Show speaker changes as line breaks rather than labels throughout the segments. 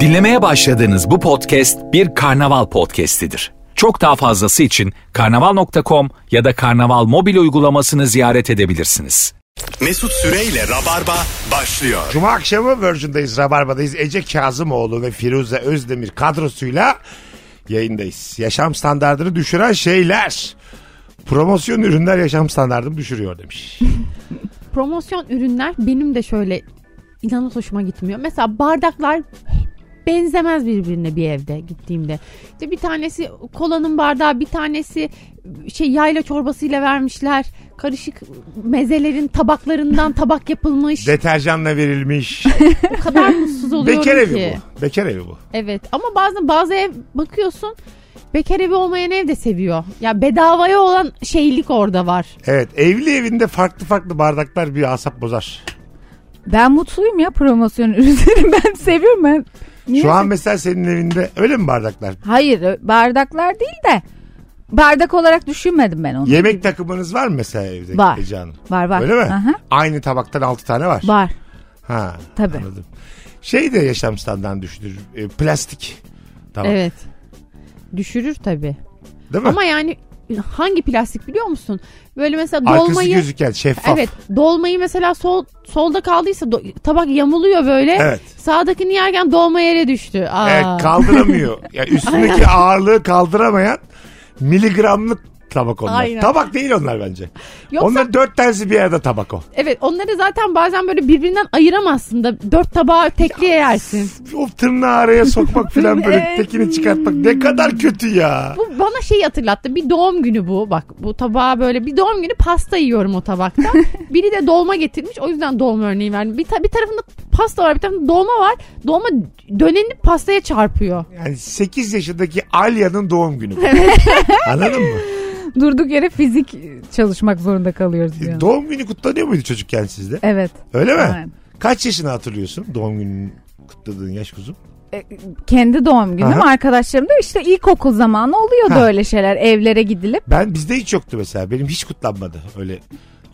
Dinlemeye başladığınız bu podcast bir karnaval podcastidir. Çok daha fazlası için karnaval.com ya da karnaval mobil uygulamasını ziyaret edebilirsiniz.
Mesut Süreyle Rabarba başlıyor.
Cuma akşamı Virgin'dayız, Rabarba'dayız. Ece Kazımoğlu ve Firuze Özdemir kadrosuyla yayındayız. Yaşam standartını düşüren şeyler. Promosyon ürünler yaşam standartımı düşürüyor demiş.
promosyon ürünler benim de şöyle inanılmaz hoşuma gitmiyor. Mesela bardaklar benzemez birbirine bir evde gittiğimde. İşte bir tanesi kolanın bardağı, bir tanesi şey yayla çorbasıyla vermişler. Karışık mezelerin tabaklarından tabak yapılmış.
Deterjanla verilmiş.
o kadar mutsuz oluyorum
Bekar
ki.
evi bu. Bekar evi bu.
Evet ama bazen bazı ev bakıyorsun bekar evi olmayan ev de seviyor. Ya bedavaya olan şeylik orada var.
Evet evli evinde farklı farklı bardaklar bir asap bozar.
Ben mutluyum ya promosyon ürünleri. Ben seviyorum ben. Niye
Şu an
sev-
mesela senin evinde öyle mi bardaklar?
Hayır ö- bardaklar değil de bardak olarak düşünmedim ben onu.
Yemek takımınız var mı mesela evde
Var.
Ece Hanım?
Var var.
Öyle mi?
Aha.
Aynı tabaktan 6 tane var.
Var.
ha,
Tabii.
Anladım. Şey de yaşam standartını düşürür. E, plastik. Tamam.
Evet. Düşürür tabii.
Değil mi?
Ama yani hangi plastik biliyor musun? Böyle mesela
Arkası
dolmayı
gözüken şeffaf.
Evet, dolmayı mesela sol solda kaldıysa do- tabak yamuluyor böyle.
Evet.
Sağdakini yerken dolma yere düştü. Aa.
Evet, E, kaldıramıyor. yani üstündeki ağırlığı kaldıramayan miligramlı tabak onlar.
Aynen.
Tabak değil onlar bence.
Yoksa
Onlar dört tanesi bir arada tabak o.
evet onları zaten bazen böyle birbirinden ayıramazsın da dört tabağı tekliye yersin.
O tırnağı araya sokmak falan böyle tekini çıkartmak ne kadar kötü ya.
Bu bana şeyi hatırlattı. Bir doğum günü bu. Bak bu tabağa böyle bir doğum günü pasta yiyorum o tabakta. Biri de dolma getirmiş. O yüzden dolma örneği verdim. Bir, ta- bir tarafında pasta var, bir tarafında dolma var. Dolma dönenip pastaya çarpıyor.
Yani 8 yaşındaki Alya'nın doğum günü. bu. Anladın mı?
Durduk yere fizik çalışmak zorunda kalıyoruz bir an.
Doğum günü kutlanıyor muydu çocukken sizde?
Evet.
Öyle E, mi?
Evet.
Kaç yaşını hatırlıyorsun doğum gününü kutladığın yaş kuzum?
Kendi doğum günüm
Aha.
arkadaşlarım da işte ilkokul zamanı oluyordu
Ha.
öyle şeyler evlere gidilip.
Ben bizde hiç yoktu mesela. Benim hiç kutlanmadı. Öyle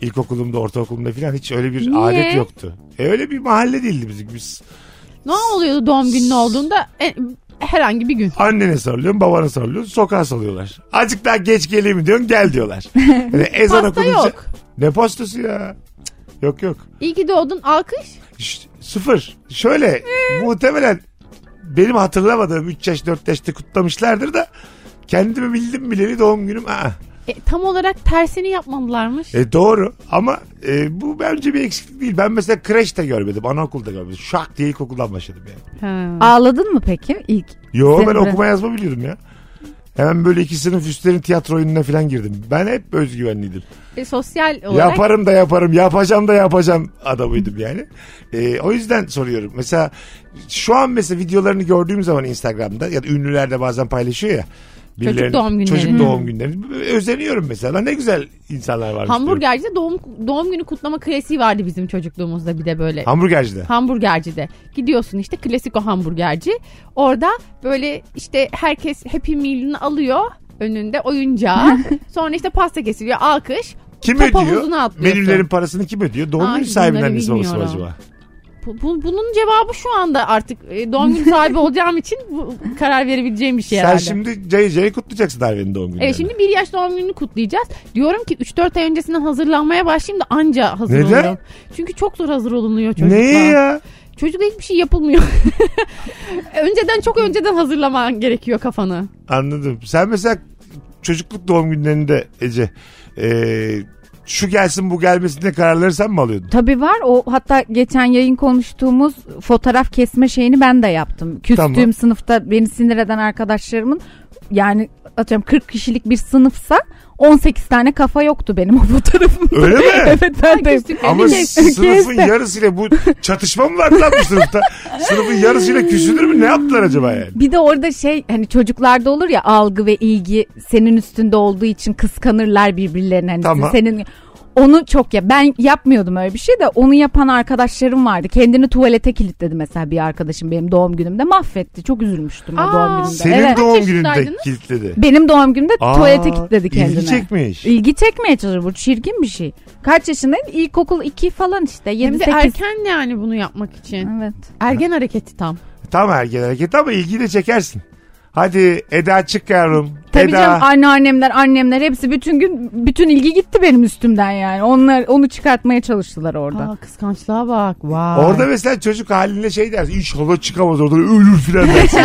ilkokulumda, ortaokulumda falan hiç öyle bir
Niye?
adet yoktu. E öyle bir mahalle değildi bizim. Biz
Ne oluyordu doğum günün olduğunda? E, herhangi bir gün.
annene sarılıyorsun, babana sarılıyorsun, sokağa salıyorlar. Azıcık daha geç geleyim mi diyorsun, gel diyorlar. Yani ezan
Pasta
okununca-
yok.
Ne pastası ya? Cık, Yok yok.
İyi ki doğdun alkış.
Ş- sıfır. Şöyle
Ee?
muhtemelen benim hatırlamadığım 3 yaş 4 yaşta kutlamışlardır da kendimi bildim bileli doğum günüm. Aa.
E, tam olarak tersini yapmadılarmış.
E doğru ama e, bu bence bir eksiklik değil. Ben mesela kreşte görmedim, anaokulda görmedim. Şak diye ilkokuldan başladım yani.
Ha.
Ağladın mı peki ilk?
Yo
Seni
ben
bırak-
okuma yazma biliyordum ya. Hemen böyle iki sınıf üstlerin tiyatro oyununa falan girdim. Ben hep özgüvenliydim.
E, sosyal olarak.
Yaparım da yaparım, yapacağım da yapacağım adamıydım yani. E, o yüzden soruyorum. Mesela şu an mesela videolarını gördüğüm zaman Instagram'da ya da ünlüler de bazen paylaşıyor ya.
Çocuk
birilerinin-
doğum günleri.
Çocuk doğum günlerini. Özeniyorum mesela. Lan Ne güzel insanlar varmış. diyorum.
Hamburgercide doğum doğum günü kutlama klasiği vardı bizim çocukluğumuzda bir de böyle.
Hamburgercide.
hamburgercide. Gidiyorsun işte klasik o hamburgerci. Orada böyle işte herkes Happy Meal'ini alıyor önünde oyuncağı. Sonra işte pasta kesiliyor. Alkış.
Kim
Top
ödüyor?
havuzuna atlıyorsun.
Menülerin parasını kim ödüyor? Doğum
Ay,
günü sahibinden
bunları
annesi babası mı
bilmiyorum.
acaba?
Bu- bu- bunun cevabı şu anda artık e, doğum günü sahibi olacağım için bu, karar verebileceğim bir şey
Sen
herhalde.
şimdi cay cay kutlayacaksın Darwin'in doğum gününü.
Evet şimdi bir yaş doğum gününü kutlayacağız. Diyorum ki 3-4 ay öncesinden hazırlanmaya başlayayım da anca hazır
Neden?
olurum. Çünkü çok zor hazır olunuyor çocukla.
Neye ya?
Çocukla hiçbir şey yapılmıyor. önceden çok önceden hazırlaman gerekiyor kafanı.
Anladım. Sen mesela çocukluk doğum günlerinde Ece e, şu gelsin bu gelmesin diye kararları sen mi alıyordun?
Tabii var. O hatta geçen yayın konuştuğumuz fotoğraf kesme şeyini ben de yaptım. Küstüğüm
Tamam.
sınıfta beni sinir eden arkadaşlarımın yani atıyorum 40 kişilik bir sınıfsa 18 tane kafa yoktu benim o fotoğrafımda.
Öyle mi?
evet ben de.
Herkes
Ama
tükendi.
sınıfın
Kes de.
yarısıyla bu çatışma mı vardı lan bu sınıfta? sınıfın yarısıyla küsülür mü? Ne yaptılar acaba yani?
Bir de orada şey hani çocuklarda olur ya algı ve ilgi senin üstünde olduğu için kıskanırlar birbirlerine. Hani
Tamam.
senin onu çok ya ben yapmıyordum öyle bir şey de onu yapan arkadaşlarım vardı. Kendini tuvalete kilitledi mesela bir arkadaşım benim doğum günümde mahvetti. Çok üzülmüştüm o
Aa.
doğum günümde.
Senin
Evet.
doğum
Kaç
gününde
yaşındaydınız?
kilitledi.
Benim doğum günümde
Aa,
tuvalete kilitledi kendini.
İlgi çekmiş.
İlgi çekmeye çalışır bu çirkin bir şey. Kaç yaşındayım? İlkokul 2 falan işte. 7
Hem de
8.
erken yani bunu yapmak için.
Evet.
Ergen hareketi tam.
Tam ergen hareket ama ilgi de çekersin. Hadi Eda çık yavrum.
Tabii
Eda.
canım anneannemler, annemler hepsi bütün gün bütün ilgi gitti benim üstümden yani. Onlar onu çıkartmaya çalıştılar orada.
Aa, kıskançlığa bak. Vay.
Orada mesela çocuk halinde şey dersin. İnşallah çıkamaz oradan ölür filan dersin.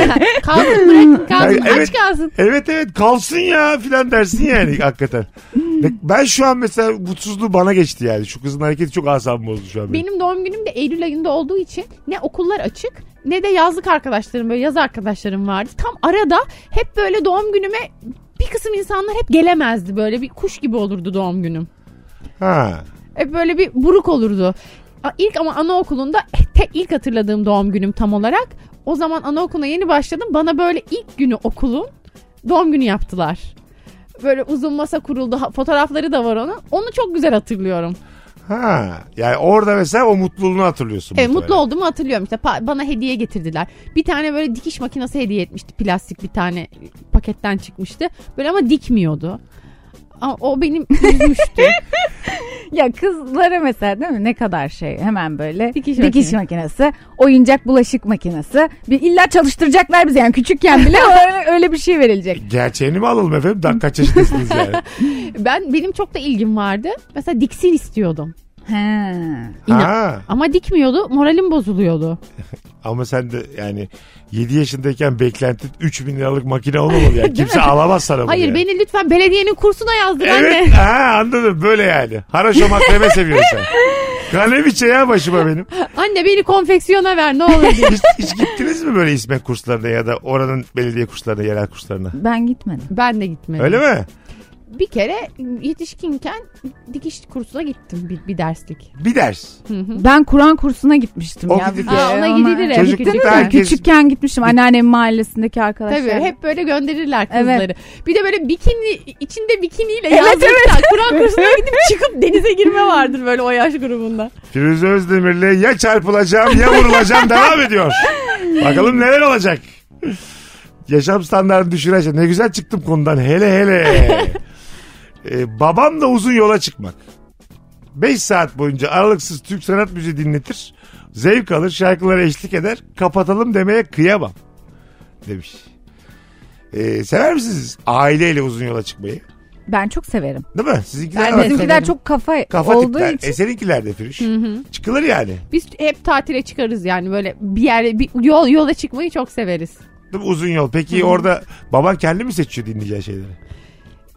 Kalsın bırak. Kalsın.
Yani evet.
Aç kalsın.
evet evet kalsın ya filan dersin yani hakikaten. Ve Ben şu an mesela mutsuzluğu bana geçti yani. Şu kızın hareketi çok asabımı bozdu şu an. Benim.
Benim doğum günüm de Eylül ayında olduğu için ne okullar açık ne de yazlık arkadaşlarım böyle yaz arkadaşlarım vardı. Tam arada hep böyle doğum günüme bir kısım insanlar hep gelemezdi böyle bir kuş gibi olurdu doğum günüm.
Ha.
Hep E, böyle bir buruk olurdu. A- İlk ama anaokulunda eh, tek ilk hatırladığım doğum günüm tam olarak. O zaman anaokuluna yeni başladım. Bana böyle ilk günü okulun doğum günü yaptılar. Böyle uzun masa kuruldu. Ha- Fotoğrafları da var onun. Onu çok güzel hatırlıyorum. E,
Ha. Yani orada mesela o mutluluğunu hatırlıyorsun.
Evet, mutlu
muhtemelen.
olduğumu hatırlıyorum. İşte pa- bana hediye getirdiler. Bir tane böyle dikiş makinesi hediye etmişti. Plastik bir tane paketten çıkmıştı. Böyle ama dikmiyordu. Ama o benim üzmüştü.
Ya kızlara mesela değil mi ne kadar şey hemen böyle
Dikiş
dikiş, makinesi, oyuncak bulaşık makinesi. Bir illa çalıştıracaklar bizi yani küçükken bile öyle, öyle bir şey verilecek.
Gerçeğini mi alalım efendim? Daha kaç yaşındasınız yani?
ben benim çok da ilgim vardı. Mesela diksin istiyordum.
He.
İnan-
ha.
Ama dikmiyordu. Moralim bozuluyordu.
Ama sen de yani 7 yaşındayken beklentin 3000 liralık makine olmamalı yani. Kimse alamaz sana bunu.
Hayır
yani.
beni lütfen belediyenin kursuna yazdır
Evet
anne.
ha, anladım böyle yani. Haraşo makleme seviyorsun. Kaleviçe şey ya başıma benim.
Anne beni konfeksiyona ver ne olur.
Hiç, hiç gittiniz mi böyle İsmet kurslarına ya da oranın belediye kurslarına, yerel kurslarına?
Ben gitmedim.
ben de gitmedim.
Öyle mi?
Bir kere yetişkinken dikiş kursuna gittim bir, bir derslik.
Bir ders.
Ben Kur'an kursuna gitmiştim
O
ya bir
gidilir.
kere.
Aa, ona
Ama-
gidilir evet,
Çocuklukta
küçükken.
herkes-
Küçükken gitmiştim anneannemin mahallesindeki arkadaşlar.
Tabii hep böyle gönderirler
Evet.
kızları. Bir de böyle bikini içinde bikiniyle
Evet,
yazlıkta Kur'an kursuna gidip çıkıp denize girme vardır böyle o yaş grubunda.
Firuze Özdemir'le ya çarpılacağım ya vurulacağım devam ediyor. Bakalım neler olacak. Yaşam standartını düşüreceğim. Ne güzel çıktım konudan hele hele. Ee, babam da uzun yola çıkmak. 5 saat boyunca aralıksız Türk sanat müziği dinletir. Zevk alır, şarkılara eşlik eder. Kapatalım demeye kıyamam. Demiş. Ee, sever misiniz aileyle uzun yola çıkmayı?
Ben çok severim.
Değil mi? Sizinkiler
Ben de
var.
severim.
Bizimkiler çok kafa,
Kafa
olduğu
tipler.
için.
E seninkiler de Firuş. Çıkılır yani.
Biz hep tatile çıkarız yani böyle bir yere bir yol yola çıkmayı çok severiz.
Değil mi? Uzun yol. Peki orada baban kendi mi seçiyor dinleyeceği şeyleri?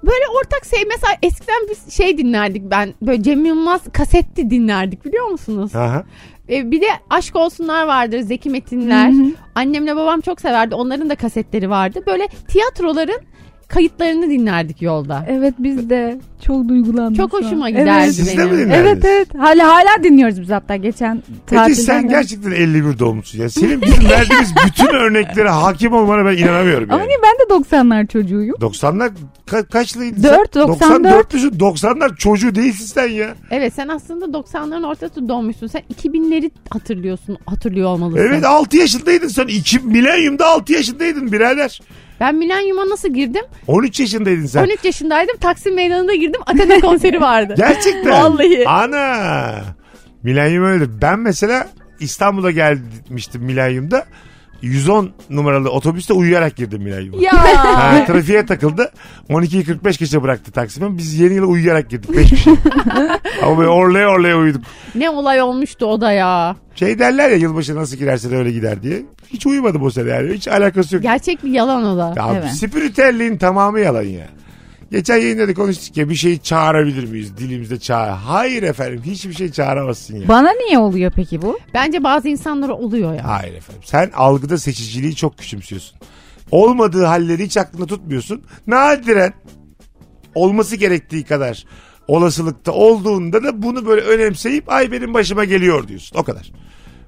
Böyle ortak şey mesela eskiden biz şey dinlerdik ben böyle Cem Yılmaz kasetti dinlerdik biliyor musunuz?
Aha.
Ee, bir de Aşk Olsunlar vardır Zeki Metinler. Annemle babam çok severdi onların da kasetleri vardı. Böyle tiyatroların kayıtlarını dinlerdik yolda.
Evet biz de çok duygulandım.
Çok
şu an.
hoşuma giderdi
Siz de
benim.
mi dinlerdiniz?
Evet evet. Hala hala dinliyoruz biz hatta geçen tatilden.
Ece sen gerçekten 51 doğumlusun ya. Senin bizim verdiğimiz bütün örneklere hakim olmana ben inanamıyorum
Ama
yani.
niye ben de 90'lar çocuğuyum.
90'lar ka- kaçlıydın?
Dört,
sen?
94.
94'lüsün. 90'lar çocuğu değilsin sen ya.
Evet sen aslında 90'ların ortası doğmuşsun. Sen 2000'leri hatırlıyorsun, hatırlıyor olmalısın.
Evet 6 yaşındaydın sen. 2 milenyumda 6 yaşındaydın birader.
Ben milenyuma nasıl girdim?
13 yaşındaydın sen.
13 yaşındaydım. Taksim Meydanı'nda girdim. Athena konseri vardı.
Gerçekten.
Vallahi.
Ana. Milenyum öyledir. Ben mesela İstanbul'a gelmiştim milenyumda. 110 numaralı otobüste uyuyarak girdim milenyuma.
ya.
Ha, trafiğe takıldı. 12.45 geçe bıraktı Taksim'e. Biz yeni yıla uyuyarak girdik 5 kişi. Ama böyle orlaya orlaya uyuduk.
ne olay olmuştu o da ya.
Şey derler ya yılbaşı nasıl girerse de öyle gider diye. Hiç uyumadım o sene yani. Hiç alakası yok.
Gerçek bir yalan o da.
Ya
Evet.
spiritüelliğin tamamı yalan ya. Geçen yayında da konuştuk ya bir şeyi çağırabilir miyiz? Dilimizde çağır. Hayır efendim hiçbir şey çağıramazsın ya.
Bana niye oluyor peki bu?
Bence bazı insanlara oluyor ya.
Hayır efendim. Sen algıda seçiciliği çok küçümsüyorsun. Olmadığı halleri hiç aklında tutmuyorsun. Nadiren olması gerektiği kadar olasılıkta olduğunda da bunu böyle önemseyip ay benim başıma geliyor diyorsun. O kadar.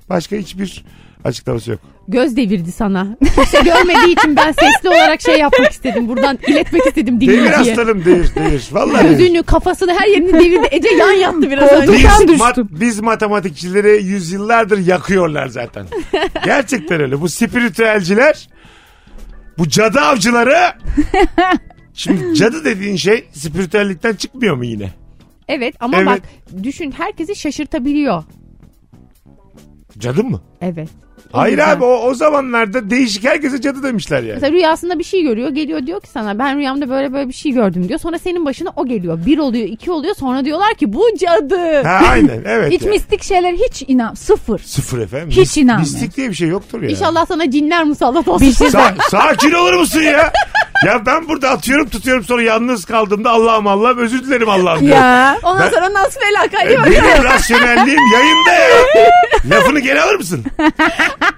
Başka hiçbir açıklaması yok.
Göz devirdi sana. Kimse görmediği için ben sesli olarak şey yapmak istedim. Buradan iletmek istedim
Devir
dinleyiciye.
aslanım devir devir. Vallahi devir.
Gözünü, kafasını her yerini devirdi. Ece yan yattı biraz önce.
Biz,
Koltuktan
mat-
düştüm.
biz matematikçileri yüzyıllardır yakıyorlar zaten. Gerçekten öyle. Bu spiritüelciler, bu cadı avcıları... Şimdi cadı dediğin şey spiritüellikten çıkmıyor mu yine?
Evet ama
Evet.
bak düşün herkesi şaşırtabiliyor.
Cadı mı?
Evet. O
Hayır
yüzden.
abi o, o zamanlarda değişik herkese cadı demişler yani.
Mesela rüyasında bir şey görüyor. Geliyor diyor ki sana ben rüyamda böyle böyle bir şey gördüm diyor. Sonra senin başına o geliyor. Bir oluyor, iki oluyor. Sonra diyorlar ki bu cadı.
Ha aynen evet.
Hiç
yani.
mistik şeyler hiç inan sıfır.
Sıfır efendim.
Hiç
Mis-
inanmıyorum.
Mistik diye bir şey yoktur ya.
İnşallah sana cinler musallat olsun.
Sa- sakin olur musun ya? Ya ben burada atıyorum tutuyorum sonra yalnız kaldığımda Allah'ım Allah'ım özür dilerim Allah'ım. diyorum.
Ya.
Ondan
Ben-
sonra nasıl felaket
E, Benim rasyonelliğim yayında ya. Lafını geri alır mısın?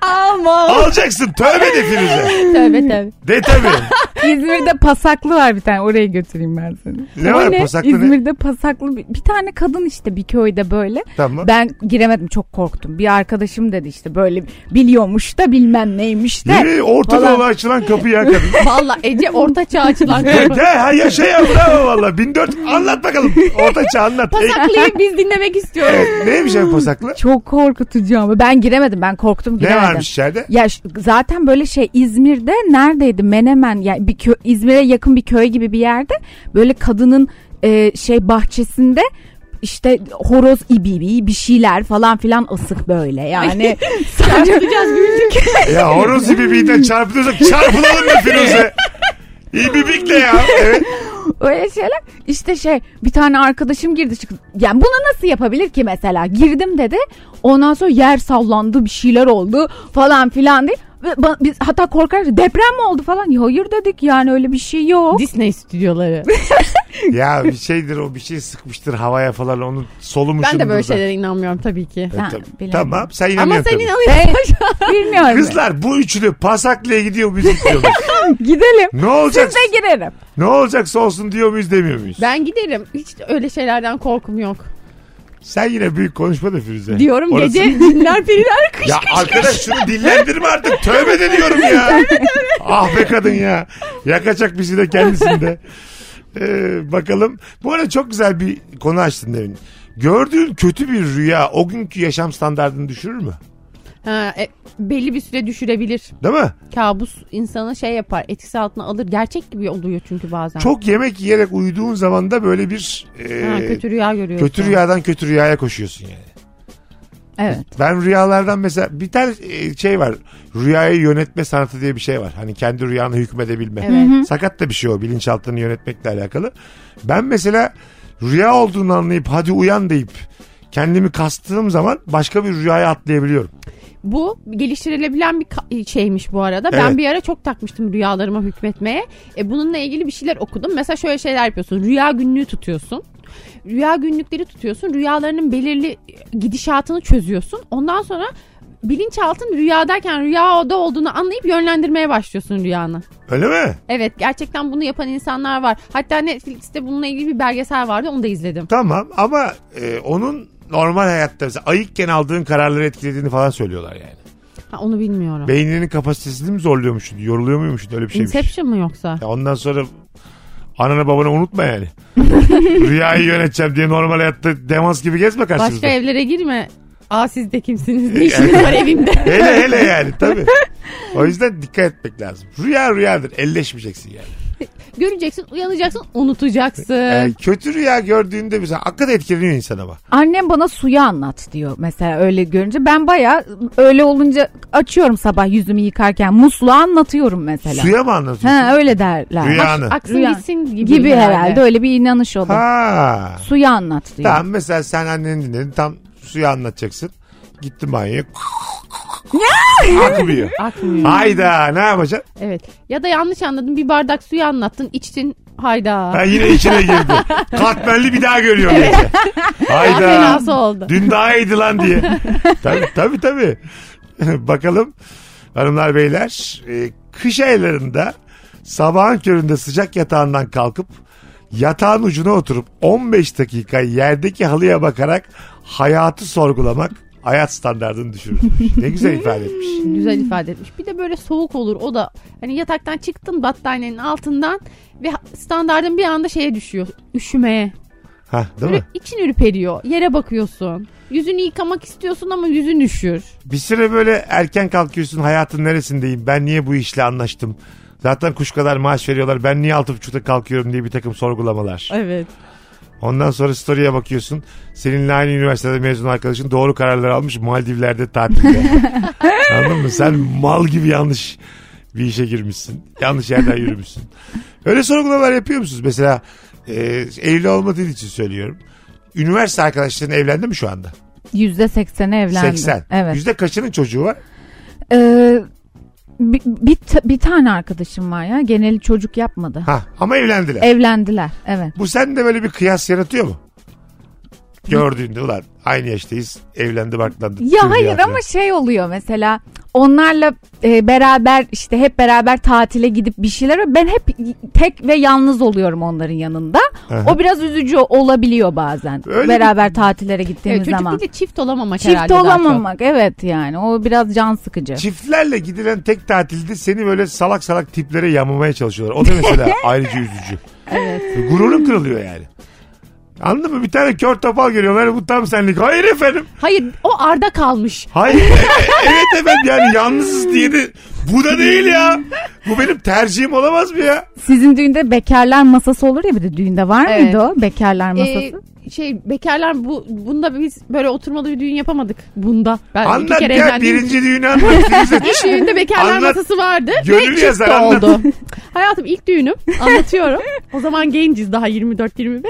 Aman.
Alacaksın. Tövbe de Firuze.
Tövbe tövbe.
De tabii.
İzmir'de pasaklı var bir tane. Oraya götüreyim ben seni.
Ne
O
var pasaklı ne?
İzmir'de pasaklı bir, bir tane kadın işte bir köyde böyle.
Tamam.
Ben giremedim çok korktum. Bir arkadaşım dedi işte böyle biliyormuş da bilmem neymiş de.
Yine Orta
Falan.
Doğu açılan kapı ya kadın.
Valla Ece orta çağ açılan
E,
kapı.
De ha yaşa ya bravo valla. 1400 anlat bakalım. Orta çağ anlat.
Pasaklıyı biz dinlemek
E,
istiyoruz.
e, neymiş ya pasaklı?
Çok korkutucu ama ben giremedim ben korktum
Ne
giremedim.
varmış içeride?
Ya ş- zaten böyle şey İzmir'de neredeydi Menemen yani bir kö- İzmir'e yakın bir köy gibi bir yerde böyle kadının e, şey bahçesinde işte horoz ibibi bir şeyler falan filan asık böyle yani sadece
Ya horoz ibibiğinden çarpılıyorsak çarpılalım be Firuze. İbibikle ya. Evet.
öyle şeyler işte şey bir tane arkadaşım girdi çıktı yani bunu nasıl yapabilir ki mesela girdim dedi ondan sonra yer sallandı bir şeyler oldu falan filan diye Ve ba- biz hatta korkarak deprem mi oldu falan Ya hayır dedik yani öyle bir şey yok
Disney stüdyoları.
Ya bir şeydir o bir şey sıkmıştır havaya falan onu solumuşum.
Ben de böyle şeylere inanmıyorum tabii ki.
Ben bilemem.
Tamam sen
Ama
inanıyorsun.
sen
tabii.
inanıyorsun.
bilmiyorum
Kızlar bu üçlü pasaklıya gidiyor muyuz gitmiyor muyuz?
gidelim
Ne olacak?
Siz de girerim.
Ne olacaksa olsun diyor muyuz demiyor muyuz?
Ben giderim. Hiç öyle şeylerden korkum yok.
Sen yine büyük konuşma da Firuze.
Diyorum
Orası-
gece cinler periler kış
Ya
kış kış.
arkadaş şunu dillendirme artık. Tövbe de diyorum ya. ah be kadın ya. Yakacak bizi de kendisinde. Ee, bakalım. Bu arada çok güzel bir konu açtın demin. Gördüğün kötü bir rüya o günkü yaşam standartını düşürür mü?
Ha, e, belli bir süre düşürebilir.
Değil mi?
Kabus insanı şey yapar. Etkisi altına alır. Gerçek gibi oluyor çünkü bazen.
Çok yemek yiyerek uyuduğun zaman da böyle bir e,
Ha, kötü rüya görüyorsun.
kötü rüyadan kötü rüyaya koşuyorsun yani.
Evet.
Ben rüyalardan mesela bir tane e, şey var. Rüyayı yönetme sanatı diye bir şey var. Hani kendi rüyanı hükmedebilme.
Evet.
Sakat da bir şey o bilinçaltını yönetmekle alakalı. Ben mesela rüya olduğunu anlayıp hadi uyan deyip kendimi kastığım zaman başka bir rüyaya atlayabiliyorum.
Bu geliştirilebilen bir ka- şeymiş bu arada.
Evet.
Ben bir ara çok takmıştım rüyalarıma hükmetmeye. E, bununla ilgili bir şeyler okudum. Mesela şöyle şeyler yapıyorsun. Rüya günlüğü tutuyorsun. Rüya günlükleri tutuyorsun. Rüyalarının belirli e, gidişatını çözüyorsun. Ondan sonra bilinçaltın rüyadayken rüyada olduğunu anlayıp yönlendirmeye başlıyorsun rüyanı.
Öyle mi?
Evet gerçekten bunu yapan insanlar var. Hatta Netflix'te bununla ilgili bir belgesel vardı onu da izledim.
Tamam ama e, onun normal hayatta mesela ayıkken aldığın kararları etkilediğini falan söylüyorlar yani.
Ha, onu bilmiyorum.
Beyninin kapasitesini mi zorluyormuşsun, yoruluyor muymuşsun öyle bir şeymiş.
Inception mı yoksa?
Ya ondan sonra ananı babanı unutma yani. Rüyayı yöneteceğim diye normal hayatta demans gibi gezme karşımızda.
Başka evlere girme. Aa siz de kimsiniz? Ne işiniz var evimde?
Hele hele yani tabii. O yüzden dikkat etmek lazım. Rüya rüyadır. Elleşmeyeceksin yani.
Göreceksin, uyanacaksın, unutacaksın.
Yani kötü rüya gördüğünde mesela hakikaten etkileniyor insan ama.
Annem bana suyu anlat diyor mesela öyle görünce. Ben baya öyle olunca açıyorum sabah yüzümü yıkarken musluğu anlatıyorum mesela.
Suya mı anlatıyorsun?
Ha öyle derler.
Rüyanı.
Aksın
Rüya-
gitsin gibi.
gibi herhalde öyle bir inanış o da.
Ha.
Suyu anlat diyor.
Tamam mesela sen anneni dinledin. Tam suya anlatacaksın. Gitti banyoya. Akmıyor.
Akmıyor.
Hayda ne yapacaksın?
Evet. Ya da yanlış anladın. Bir bardak suyu anlattın, içtin. Hayda.
Ha, yine içine girdi. Katmerli bir daha görüyorum. gece.
Daha
Hayda.
fenası oldu.
Dün daha iyiydi lan diye. tabii tabii tabii. Bakalım hanımlar beyler e, kış aylarında sabahın köründe sıcak yatağından kalkıp yatağın ucuna oturup 15 dakika yerdeki halıya bakarak hayatı sorgulamak hayat standartını düşürürmüş. Ne güzel ifade etmiş.
Güzel ifade etmiş. Bir de böyle soğuk olur o da. Hani yataktan çıktın battaniyenin altından ve standardın bir anda şeye düşüyor. Üşümeye.
Ha, değil
Böyle
mi?
için ürperiyor. Yere bakıyorsun. Yüzünü yıkamak istiyorsun ama yüzün üşür.
Bir süre böyle erken kalkıyorsun hayatın neresindeyim ben niye bu işle anlaştım. Zaten kuş kadar maaş veriyorlar ben niye altı buçukta kalkıyorum diye bir takım sorgulamalar.
Evet.
Ondan sonra story'e bakıyorsun. Seninle aynı üniversitede mezun arkadaşın doğru kararlar almış Maldivler'de tatilde. Anladın mı? Sen mal gibi yanlış bir işe girmişsin. Yanlış yerden yürümüşsün. Öyle sorgulamalar yapıyor musunuz? Mesela e, evli olmadığın için söylüyorum. Üniversite arkadaşların evlendi mi şu anda?
Yüzde sekseni evlendi.
80.
Evet.
Yüzde kaçının çocuğu var?
Ee, bir, bir, ta- bir tane arkadaşım var ya. Geneli çocuk yapmadı.
Ha, ama evlendiler.
Evlendiler. Evet.
Bu sende böyle bir kıyas yaratıyor mu? Gördüğünde ulan aynı yaştayız evlendi barklandı.
Ya
Çocuğu
hayır
yapıyor.
ama şey oluyor mesela onlarla e, beraber işte hep beraber tatile gidip bir şeyler ben hep tek ve yalnız oluyorum onların yanında.
Aha.
O biraz üzücü olabiliyor bazen.
Öyle
beraber tatillere gittiğimiz
evet çocuk
zaman.
değil de çift olamamak
Çift
herhalde daha
olamamak evet yani o biraz can sıkıcı.
Çiftlerle gidilen tek tatilde seni böyle salak salak tiplere yamamaya çalışıyorlar. O da mesela ayrıca üzücü. Evet. Gururun kırılıyor yani. Anladın mı? Bir tane kör topal görüyorlar. Bu tam senlik. Hayır efendim.
çok. Hayır o arda kalmış.
Hayır. E- e- evet efendim yani yalnızız diye de bu da değil ya. Bu benim tercihim olamaz mı ya?
Sizin düğünde bekarlar masası olur ya bir de düğünde var
Evet.
mıydı o bekarlar masası?
Ee, şey bekarlar bu bunda biz böyle oturmalı bir düğün yapamadık. Bunda. Ben iki
anlat
kere şey-
ya
evlendim.
birinci düğünü anlat.
İlk düğünde bekarlar
Anlat.
masası vardı.
Gönül
ve çift
yazar, anlat.
oldu. Hayatım ilk düğünüm anlatıyorum. o zaman genciz daha 24-25.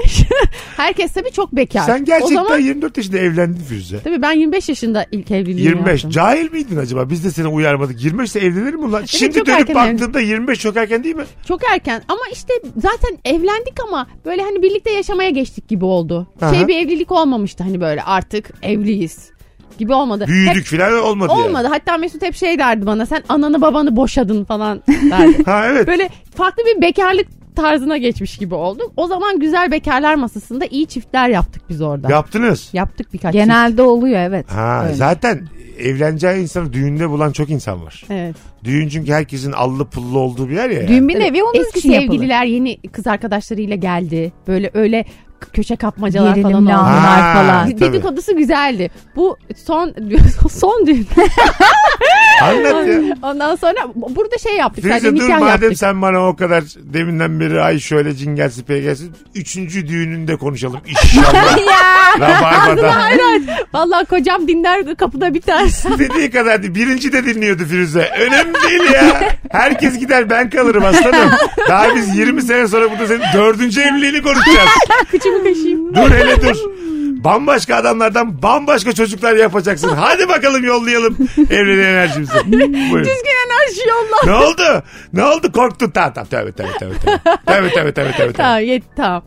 Herkes tabii çok bekar.
Sen
O
gerçekten
zaman
24 yaşında evlendin Firuze.
tabii ben 25 yaşında ilk evliliğimi
25.
yaptım.
Cahil miydin acaba? Biz de seni uyarmadık. 25 ise evlenir mi lan? Şimdi
çok
dönüp
erken evlen-
baktığında 25 çok erken değil mi?
Çok erken ama işte zaten evlendik ama böyle hani birlikte yaşamaya geçtik gibi oldu.
Aha.
Şey bir evlilik olmamıştı hani böyle artık evliyiz gibi olmadı.
Büyüdük filan olmadı, yani.
Olmadı. Hatta Mesut hep şey derdi bana sen ananı babanı boşadın falan derdi.
Ha evet.
Böyle farklı bir bekarlık tarzına geçmiş gibi olduk. O zaman güzel bekarlar masasında iyi çiftler yaptık biz orada.
Yaptınız.
Yaptık birkaç çift.
Genelde oluyor evet.
Ha
Öyle.
zaten evleneceği insanı düğünde bulan çok insan var.
Evet.
Düğün çünkü herkesin allı pullu olduğu bir yer ya.
Düğün bir nevi onun
Eski
için yapılır.
sevgililer yeni kız arkadaşlarıyla geldi. Böyle öyle k- köşe kapmacalar
Gerilimli
falan oldu.
anlar
Ha,
falan.
tabii.
Dedikodusu güzeldi. Bu son son düğün.
Anlat ya.
Ondan sonra burada şey yaptık.
Firuze
Sadece
dur
nikah
madem
yaptık.
sen bana o kadar deminden beri ay şöyle cingelsi peygelsi. Üçüncü düğününde konuşalım inşallah. Rabarba'da.
Vallahi kocam dinler kapıda biter.
Dediği kadar değil. birinci de dinliyordu Firuze. Önemli değil ya. Herkes gider ben kalırım aslanım. Daha biz 20 sene sonra burada senin dördüncü evliliğini konuşacağız.
Kıçımı kaşıyım.
Dur hele dur. Bambaşka adamlardan bambaşka çocuklar yapacaksın. Hadi bakalım yollayalım evliliğe enerjimizi. Buyurun.
Düzgün enerji yolla.
Ne oldu? Ne oldu? Korktun. Tamam tamam. Tövbe tövbe tövbe. Tövbe tövbe tövbe tövbe. tövbe.
Tamam yetti tamam.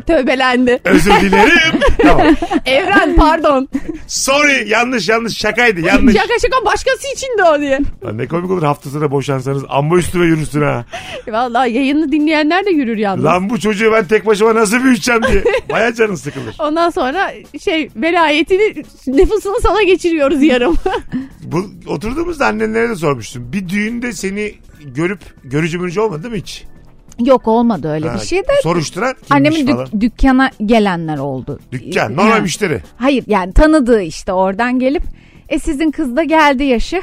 tövbelendi.
Özür dilerim. tamam.
Evren pardon.
Sorry. Yanlış yanlış. Şakaydı. Yanlış.
Şaka şaka başkası için de o diye.
Lan ne komik olur haftasına boşansanız. Amma üstüme yürürsün ha.
Vallahi yayını dinleyenler de yürür yalnız.
Lan bu çocuğu ben tek başıma nasıl büyüteceğim diye. Baya canın sıkılır.
Ondan sonra şey velayetini nüfusunu sana geçiriyoruz yarım.
Bu, oturduğumuzda annenlere de sormuştum. Bir düğünde seni görüp görücü mürücü olmadı değil mi hiç?
Yok olmadı öyle
Ha,
bir şey de.
Soruşturan kimmiş
Annemin dük-
falan.
dükkana gelenler oldu.
Dükkan.
Ha.
Normal şey. müşteri.
Hayır yani tanıdığı işte oradan gelip e sizin kız da geldi yaşı.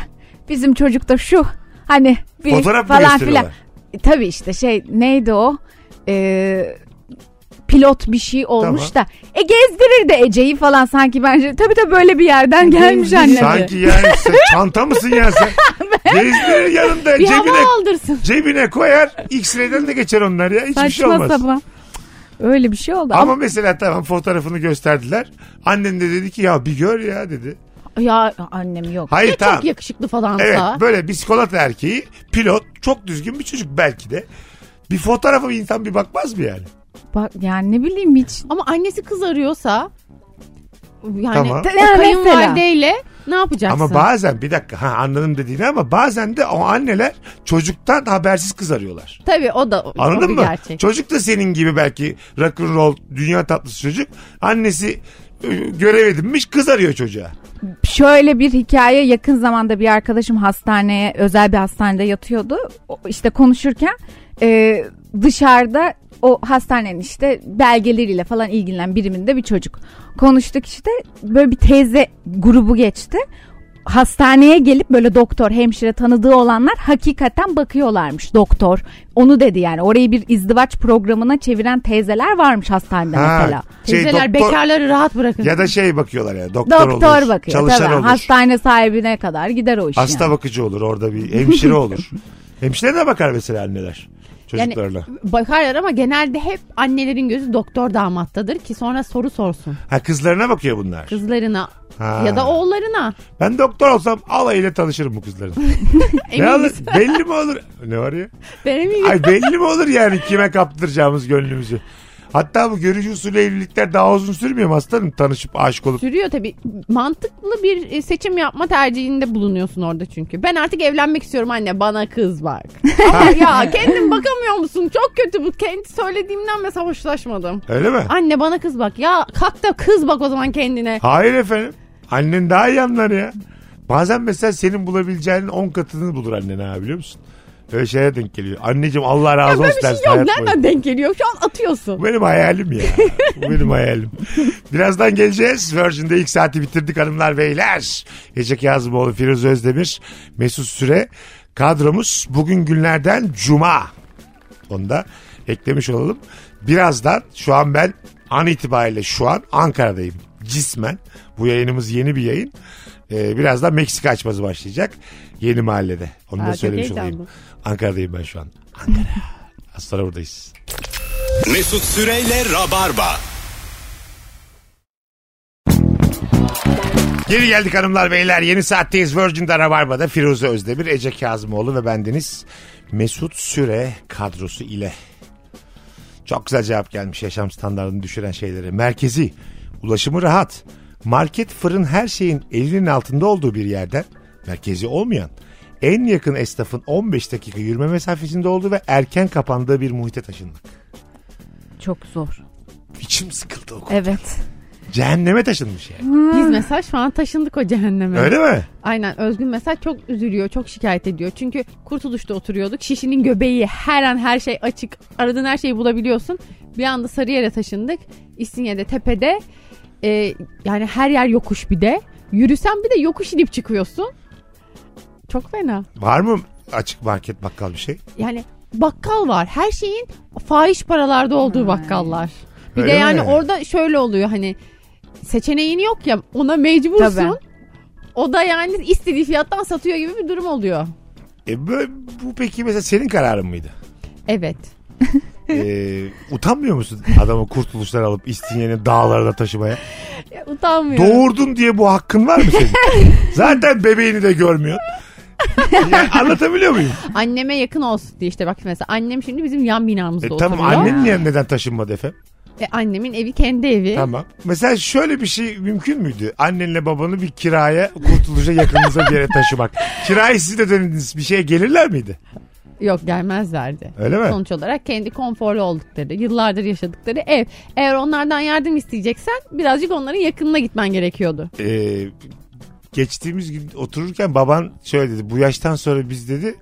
Bizim çocuk da şu. Hani bir
Fotoğraf mı
falan
gösteriyorlar?
filan. E, tabii işte şey neydi o? Ee, pilot bir şey olmuş da. E gezdirir de Ece'yi falan sanki bence. Tabii tabii böyle bir yerden gelmiş annem.
Sanki yani sen çanta mısın ya sen? Gezdirir yanında
Bir
cebine
hava aldırsın.
cebine koyar. X-ray'den de geçer onlar ya. Hiçbir şey
Saçma
olmaz.
sapan. Öyle bir şey oldu.
Ama mesela tamam fotoğrafını gösterdiler. Annen de dedi ki ya bir gör ya dedi.
Ama- ya annem yok.
Hayır
Ya
tamam.
Çok yakışıklı falansa.
Evet böyle bisiklet erkeği pilot çok düzgün bir çocuk belki de. Bir fotoğrafa bir insan bir bakmaz mı yani?
Bak yani ne bileyim hiç.
Ama annesi kız arıyorsa yani
Tamam.
o
Ya mesela.
kayınvalideyle ne yapacaksın?
Ama bazen bir dakika ha anladım dediğini ama bazen de o anneler çocuktan habersiz kız arıyorlar.
Tabii o da o
Anladın
bir
mı?
gerçek.
Çocuk da senin gibi belki rock'n'roll dünya tatlısı çocuk. Annesi e, görev edinmiş kız arıyor çocuğa.
Şöyle bir hikaye yakın zamanda bir arkadaşım hastaneye özel bir hastanede yatıyordu. O- İşte konuşurken e, dışarıda o hastanenin işte belgeleriyle falan ilgilenen biriminde bir çocuk. Konuştuk işte böyle bir teyze grubu geçti. Hastaneye gelip böyle doktor, hemşire tanıdığı olanlar hakikaten bakıyorlarmış doktor. Onu dedi yani orayı bir izdivaç programına çeviren teyzeler varmış hastanede mesela.
şey,
Teyzeler
doktor-
bekarları rahat bırakın.
Ya da şey bakıyorlar ya doktor,
Doktor
olur,
bakıyor
çalışan
tabii.
olur,
Hastane sahibine kadar gider o iş
hasta
yani.
bakıcı olur orada bir hemşire olur. Hemşire de bakar mesela anneler
yani
çocuklarına.
bakarlar ama genelde hep annelerin gözü doktor damattadır ki sonra soru sorsun
Ha kızlarına bakıyor bunlar.
kızlarına
Ha.
ya da oğullarına.
Ben doktor olsam alayla tanışırım bu kızların. ne
Emin
alır?
misin?
Belli mi olur? Ne var ya?
Ben eminim.
Ay belli mi olur yani kime kaptıracağımız gönlümüzü? Hatta bu görücü usulü evlilikler daha uzun sürmüyor mu aslanım? Tanışıp aşık olup.
Sürüyor tabii. Mantıklı bir e, seçim yapma tercihinde bulunuyorsun orada çünkü. Ben artık evlenmek istiyorum anne bana kız bak. Ama ya kendin bakamıyor musun? Çok kötü bu. Kendi söylediğimden mesela hoşlaşmadım.
Öyle mi?
Anne bana kız bak. Ya kalk da kız bak o zaman kendine.
Hayır efendim. Annen daha iyi anlar ya. Bazen mesela senin bulabileceğinin 10 katını bulur annen ha biliyor musun? Öyle şeye denk geliyor. Anneciğim Allah razı
Böyle
olsun
bir şey
dersin
yok.
hayat boyu.
Nereden denk geliyor? Şu an atıyorsun.
Bu benim hayalim ya. Bu benim hayalim. Birazdan geleceğiz. Virgin'de ilk saati bitirdik hanımlar beyler. Gecek Yazımoğlu, Firuze Özdemir, Mesut Süre. Kadromuz bugün günlerden Cuma. Onu da eklemiş olalım. Birazdan şu an ben an itibariyle şu an Ankara'dayım. Cismen. Bu yayınımız yeni bir yayın. Ee, birazdan Meksika açması başlayacak. Yeni mahallede. Onu
Aa,
da
çok
söylemiş
heyecanlı.
olayım. Ankara'dayım ben şu an. Ankara. Az sonra buradayız.
Mesut Süreyle Rabarba.
Geri geldik hanımlar beyler. Yeni saatteyiz. Virgin'de Rabarba'da Firuze Özdemir, Ece Kazımoğlu ve bendeniz Mesut Süre kadrosu ile. Çok güzel cevap gelmiş yaşam standartını düşüren şeyleri. Merkezi, ulaşımı rahat. Market, fırın her şeyin elinin altında olduğu bir yerden merkezi olmayan en yakın esnafın 15 dakika yürüme mesafesinde olduğu ve erken kapandığı bir muhite taşınmak.
Çok zor.
İçim sıkıldı o.
Evet.
Cehenneme taşınmış yani.
Biz mesela şu an taşındık o cehenneme.
Öyle mi?
Aynen Özgün mesela çok üzülüyor, çok şikayet ediyor. Çünkü kurtuluşta oturuyorduk. Şişinin göbeği her an her şey açık. Aradığın her şeyi bulabiliyorsun. Bir anda Sarıyer'e taşındık. İstinye'de tepede. Ee, yani her yer yokuş bir de. Yürüsen bir de yokuş inip çıkıyorsun. Çok fena.
Var mı açık market bakkal bir şey?
Yani bakkal var. Her şeyin fahiş paralarda olduğu bakkallar. Bir
Öyle
de yani
mi?
orada şöyle oluyor hani seçeneğin yok ya ona mecbursun.
Tabii.
O da yani istediği fiyattan satıyor gibi bir durum oluyor.
E bu, bu peki mesela senin kararın mıydı?
Evet.
E, utanmıyor musun adamı kurtuluşlar alıp İstinye'nin dağlarına taşımaya?
Ya, utanmıyorum.
Doğurdun diye bu hakkın var mı senin? Zaten bebeğini de görmüyorsun. Yani anlatabiliyor muyum?
Anneme yakın olsun diye işte bak mesela annem şimdi bizim yan binamızda
E,
oturuyor.
tamam annen niye neden taşınmadı efendim?
E, annemin evi kendi evi.
Tamam. Mesela şöyle bir şey mümkün müydü? Annenle babanı bir kiraya kurtuluşa yakınınıza bir yere taşımak. Kirayı siz de dönediniz bir şeye gelirler miydi?
Yok gelmezlerdi.
Öyle mi?
Sonuç olarak kendi konforlu oldukları, yıllardır yaşadıkları ev. Eğer onlardan yardım isteyeceksen birazcık onların yakınına gitmen gerekiyordu.
e, geçtiğimiz gün otururken baban şöyle dedi. Bu yaştan sonra biz dedi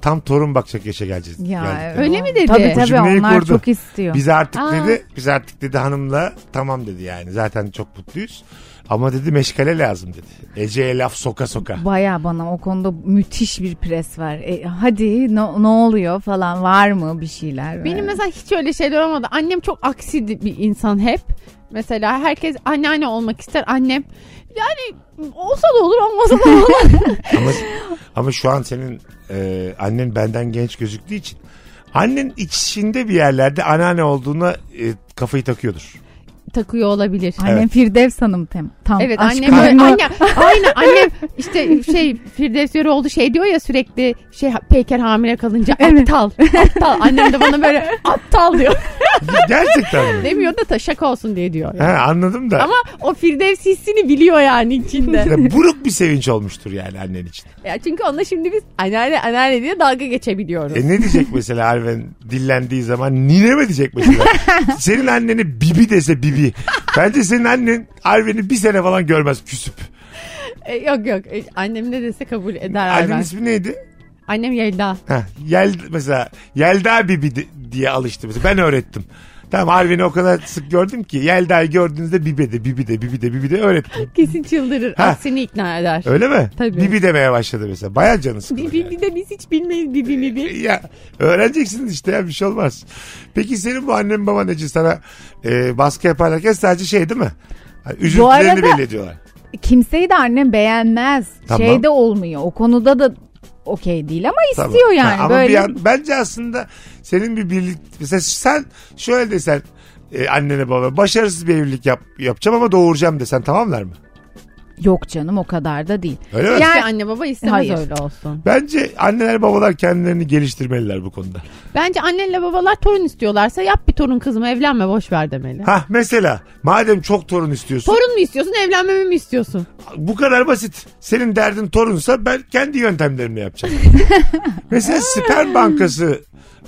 tam torun bakacak yaşa geleceğiz. Geldik dedi.
Öyle mi dedi?
Tabii
Bu
tabii
cümleyi
onlar
kurdu.
çok istiyor.
Biz artık
Aa.
dedi biz artık dedi hanımla tamam dedi yani zaten çok mutluyuz. Ama dedi meşgale lazım dedi. Ece'ye laf soka soka.
Baya bana o konuda müthiş bir pres var. E, hadi no- ne oluyor falan var mı bir şeyler?
Benim
Böyle.
mesela hiç öyle şeyler olmadı. Annem çok aksi bir insan hep. Mesela herkes anneanne olmak ister. Annem yani olsa da olur olmasa da olur.
ama, ama şu an senin e, annen benden genç gözüktüğü için annen içinde bir yerlerde anneanne olduğuna e, kafayı takıyordur.
Takıyor olabilir.
Annem
Evet.
Firdevs Hanım tem. Tam.
Evet
Aşk
annem böyle,
kaynağı.
annem, aynen annem işte şey Firdevs Yörü oldu şey diyor ya sürekli şey Peyker hamile kalınca
Evet.
aptal aptal annem de bana böyle aptal diyor.
Gerçekten mi?
Demiyor da taşak olsun diye diyor.
He, anladım da.
Ama o Firdevs hissini biliyor yani içinde.
Ya buruk bir sevinç olmuştur yani annen için.
ya çünkü onunla şimdi biz anneanne anneanne diye dalga geçebiliyoruz.
E ne diyecek mesela Arven dillendiği zaman? Nine mi diyecek mesela? senin anneni bibi dese bibi. Bence senin annen Arven'i bir sene falan görmez küsüp.
E, yok yok E, annem ne dese kabul eder
Annenin
Arven.
ismi neydi?
Annem Yelda.
Heh, Yel, mesela Yelda bibi di- diye alıştı. Mesela ben öğrettim. Tamam Arven'i o kadar sık gördüm ki Yelda'yı gördüğünüzde bibi de bibi de bibi de bibi de öğrettim.
Kesin çıldırır.
Ha.
Aksini ikna eder.
Öyle mi?
Tabii.
Bibi demeye başladı mesela. Bayağı canı sıkılır.
Bibi
yani.
bir de biz hiç bilmeyiz bibi bibi.
ya öğreneceksiniz işte ya bir şey olmaz. Peki senin bu annen baban Ece sana e, baskı yaparlarken sadece şey değil mi? Hani Üzüntülerini
arada-
belli ediyorlar.
Kimseyi de annem beğenmez.
Tamam.
Şey de olmuyor. O konuda da okey değil ama
Tamam.
istiyor yani
Ha, ama
böyle.
bir an, bence aslında senin bir birlik mesela sen şöyle desen e, annene babana başarısız bir evlilik yap, yapacağım ama doğuracağım desen tamamlar mı?
Yok canım o kadar da değil.
Öyle mi?
Ya-
Hiçbir anne baba istemez
Hayır.
öyle olsun.
Bence anneler babalar kendilerini geliştirmeliler bu konuda.
Bence annenle babalar torun istiyorlarsa yap bir torun kızım evlenme boş ver demeli.
Ha mesela madem çok torun istiyorsun
Torun mu istiyorsun evlenmemi mi istiyorsun?
bu kadar basit. Senin derdin torunsa ben kendi yöntemlerimle yapacağım. Mesela sperm bankası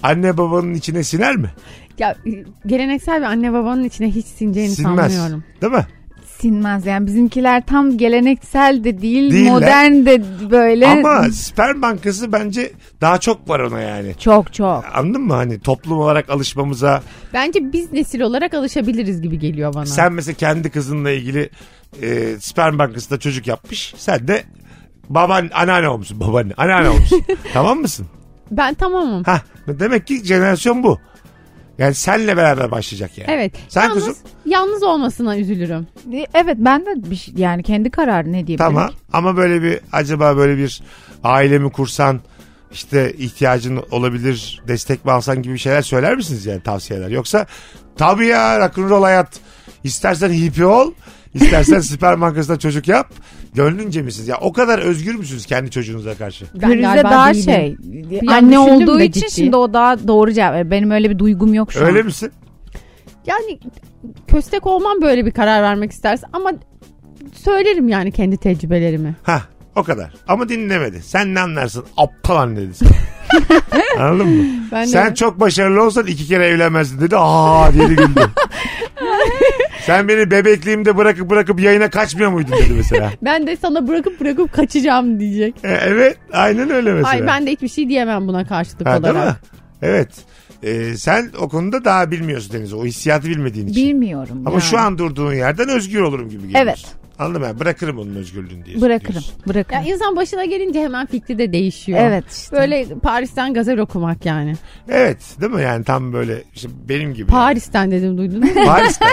anne babanın içine siner mi?
Ya e, geleneksel bir anne babanın içine hiç sineceğini
Sinmez.
sanmıyorum.
Değil mi?
Sinmez yani bizimkiler tam geleneksel de değil,
Değiller.
modern de böyle.
Ama sperm bankası bence daha çok var ona yani.
Çok çok.
Anladın mı? Hani toplum olarak alışmamıza
Bence biz nesil olarak alışabiliriz gibi geliyor bana.
sen mesela kendi kızınla ilgili e, sperm bankasında çocuk yapmış. Sen de baban anneanne olmuşsun. Babaanne anneanne olmuşsun. tamam mısın?
Ben tamamım.
Ha demek ki jenerasyon bu. Yani senle beraber başlayacak yani.
Evet.
Sen
yalnız,
kızım
Yalnız olmasına üzülürüm.
E, Evet ben de bir şey- yani kendi kararı ne diyebilirim
Tamam
ki?
ama böyle bir acaba böyle bir ailemi kursan işte ihtiyacın olabilir destek mi alsan gibi şeyler söyler misiniz yani tavsiyeler yoksa tabii ya rock'n'roll hayat istersen hippie ol istersen sperm bankasında çocuk yap gönlünce misiniz ya o kadar özgür müsünüz kendi çocuğunuza karşı
Ben
Firuze
galiba
daha
değilim.
şey
an
anne
düşündüm
olduğu
de
için
ciddi.
şimdi o daha doğru cevap veriyor. Benim öyle bir duygum yok şu
öyle
an.
misin?
Yani köstek olmam böyle bir karar vermek istersen ama söylerim yani kendi tecrübelerimi.
Ha o kadar ama dinlemedi sen ne anlarsın aptal anne dedi sana. Anladın mı?
Ben
Hani-
de-
Sen çok başarılı olsan iki kere evlenmezdin dedi. Aa diye de güldü. Sen beni bebekliğimde bırakıp bırakıp yayına kaçmıyor muydun dedi mesela.
ben de sana bırakıp bırakıp kaçacağım diyecek.
E, evet aynen öyle mesela.
Ay ben de hiçbir şey diyemem buna karşılık
Ha, değil mi?
olarak.
Evet. E, sen o konuda daha bilmiyorsun Deniz. O hissiyatı bilmediğin için.
Bilmiyorum.
şey. Ama
yani.
şu an durduğun yerden özgür olurum gibi geliyor.
Evet.
Anladın mı? Bırakırım onun özgürlüğünü diye.
bırakırım. Bırakırım.
Ya insan başına gelince hemen fikri de değişiyor.
evet. işte.
Böyle Paris'ten gazel okumak yani.
Evet değil mi? Yani tam böyle işte benim gibi.
Paris'ten dedim duydun mu?
Paris'te.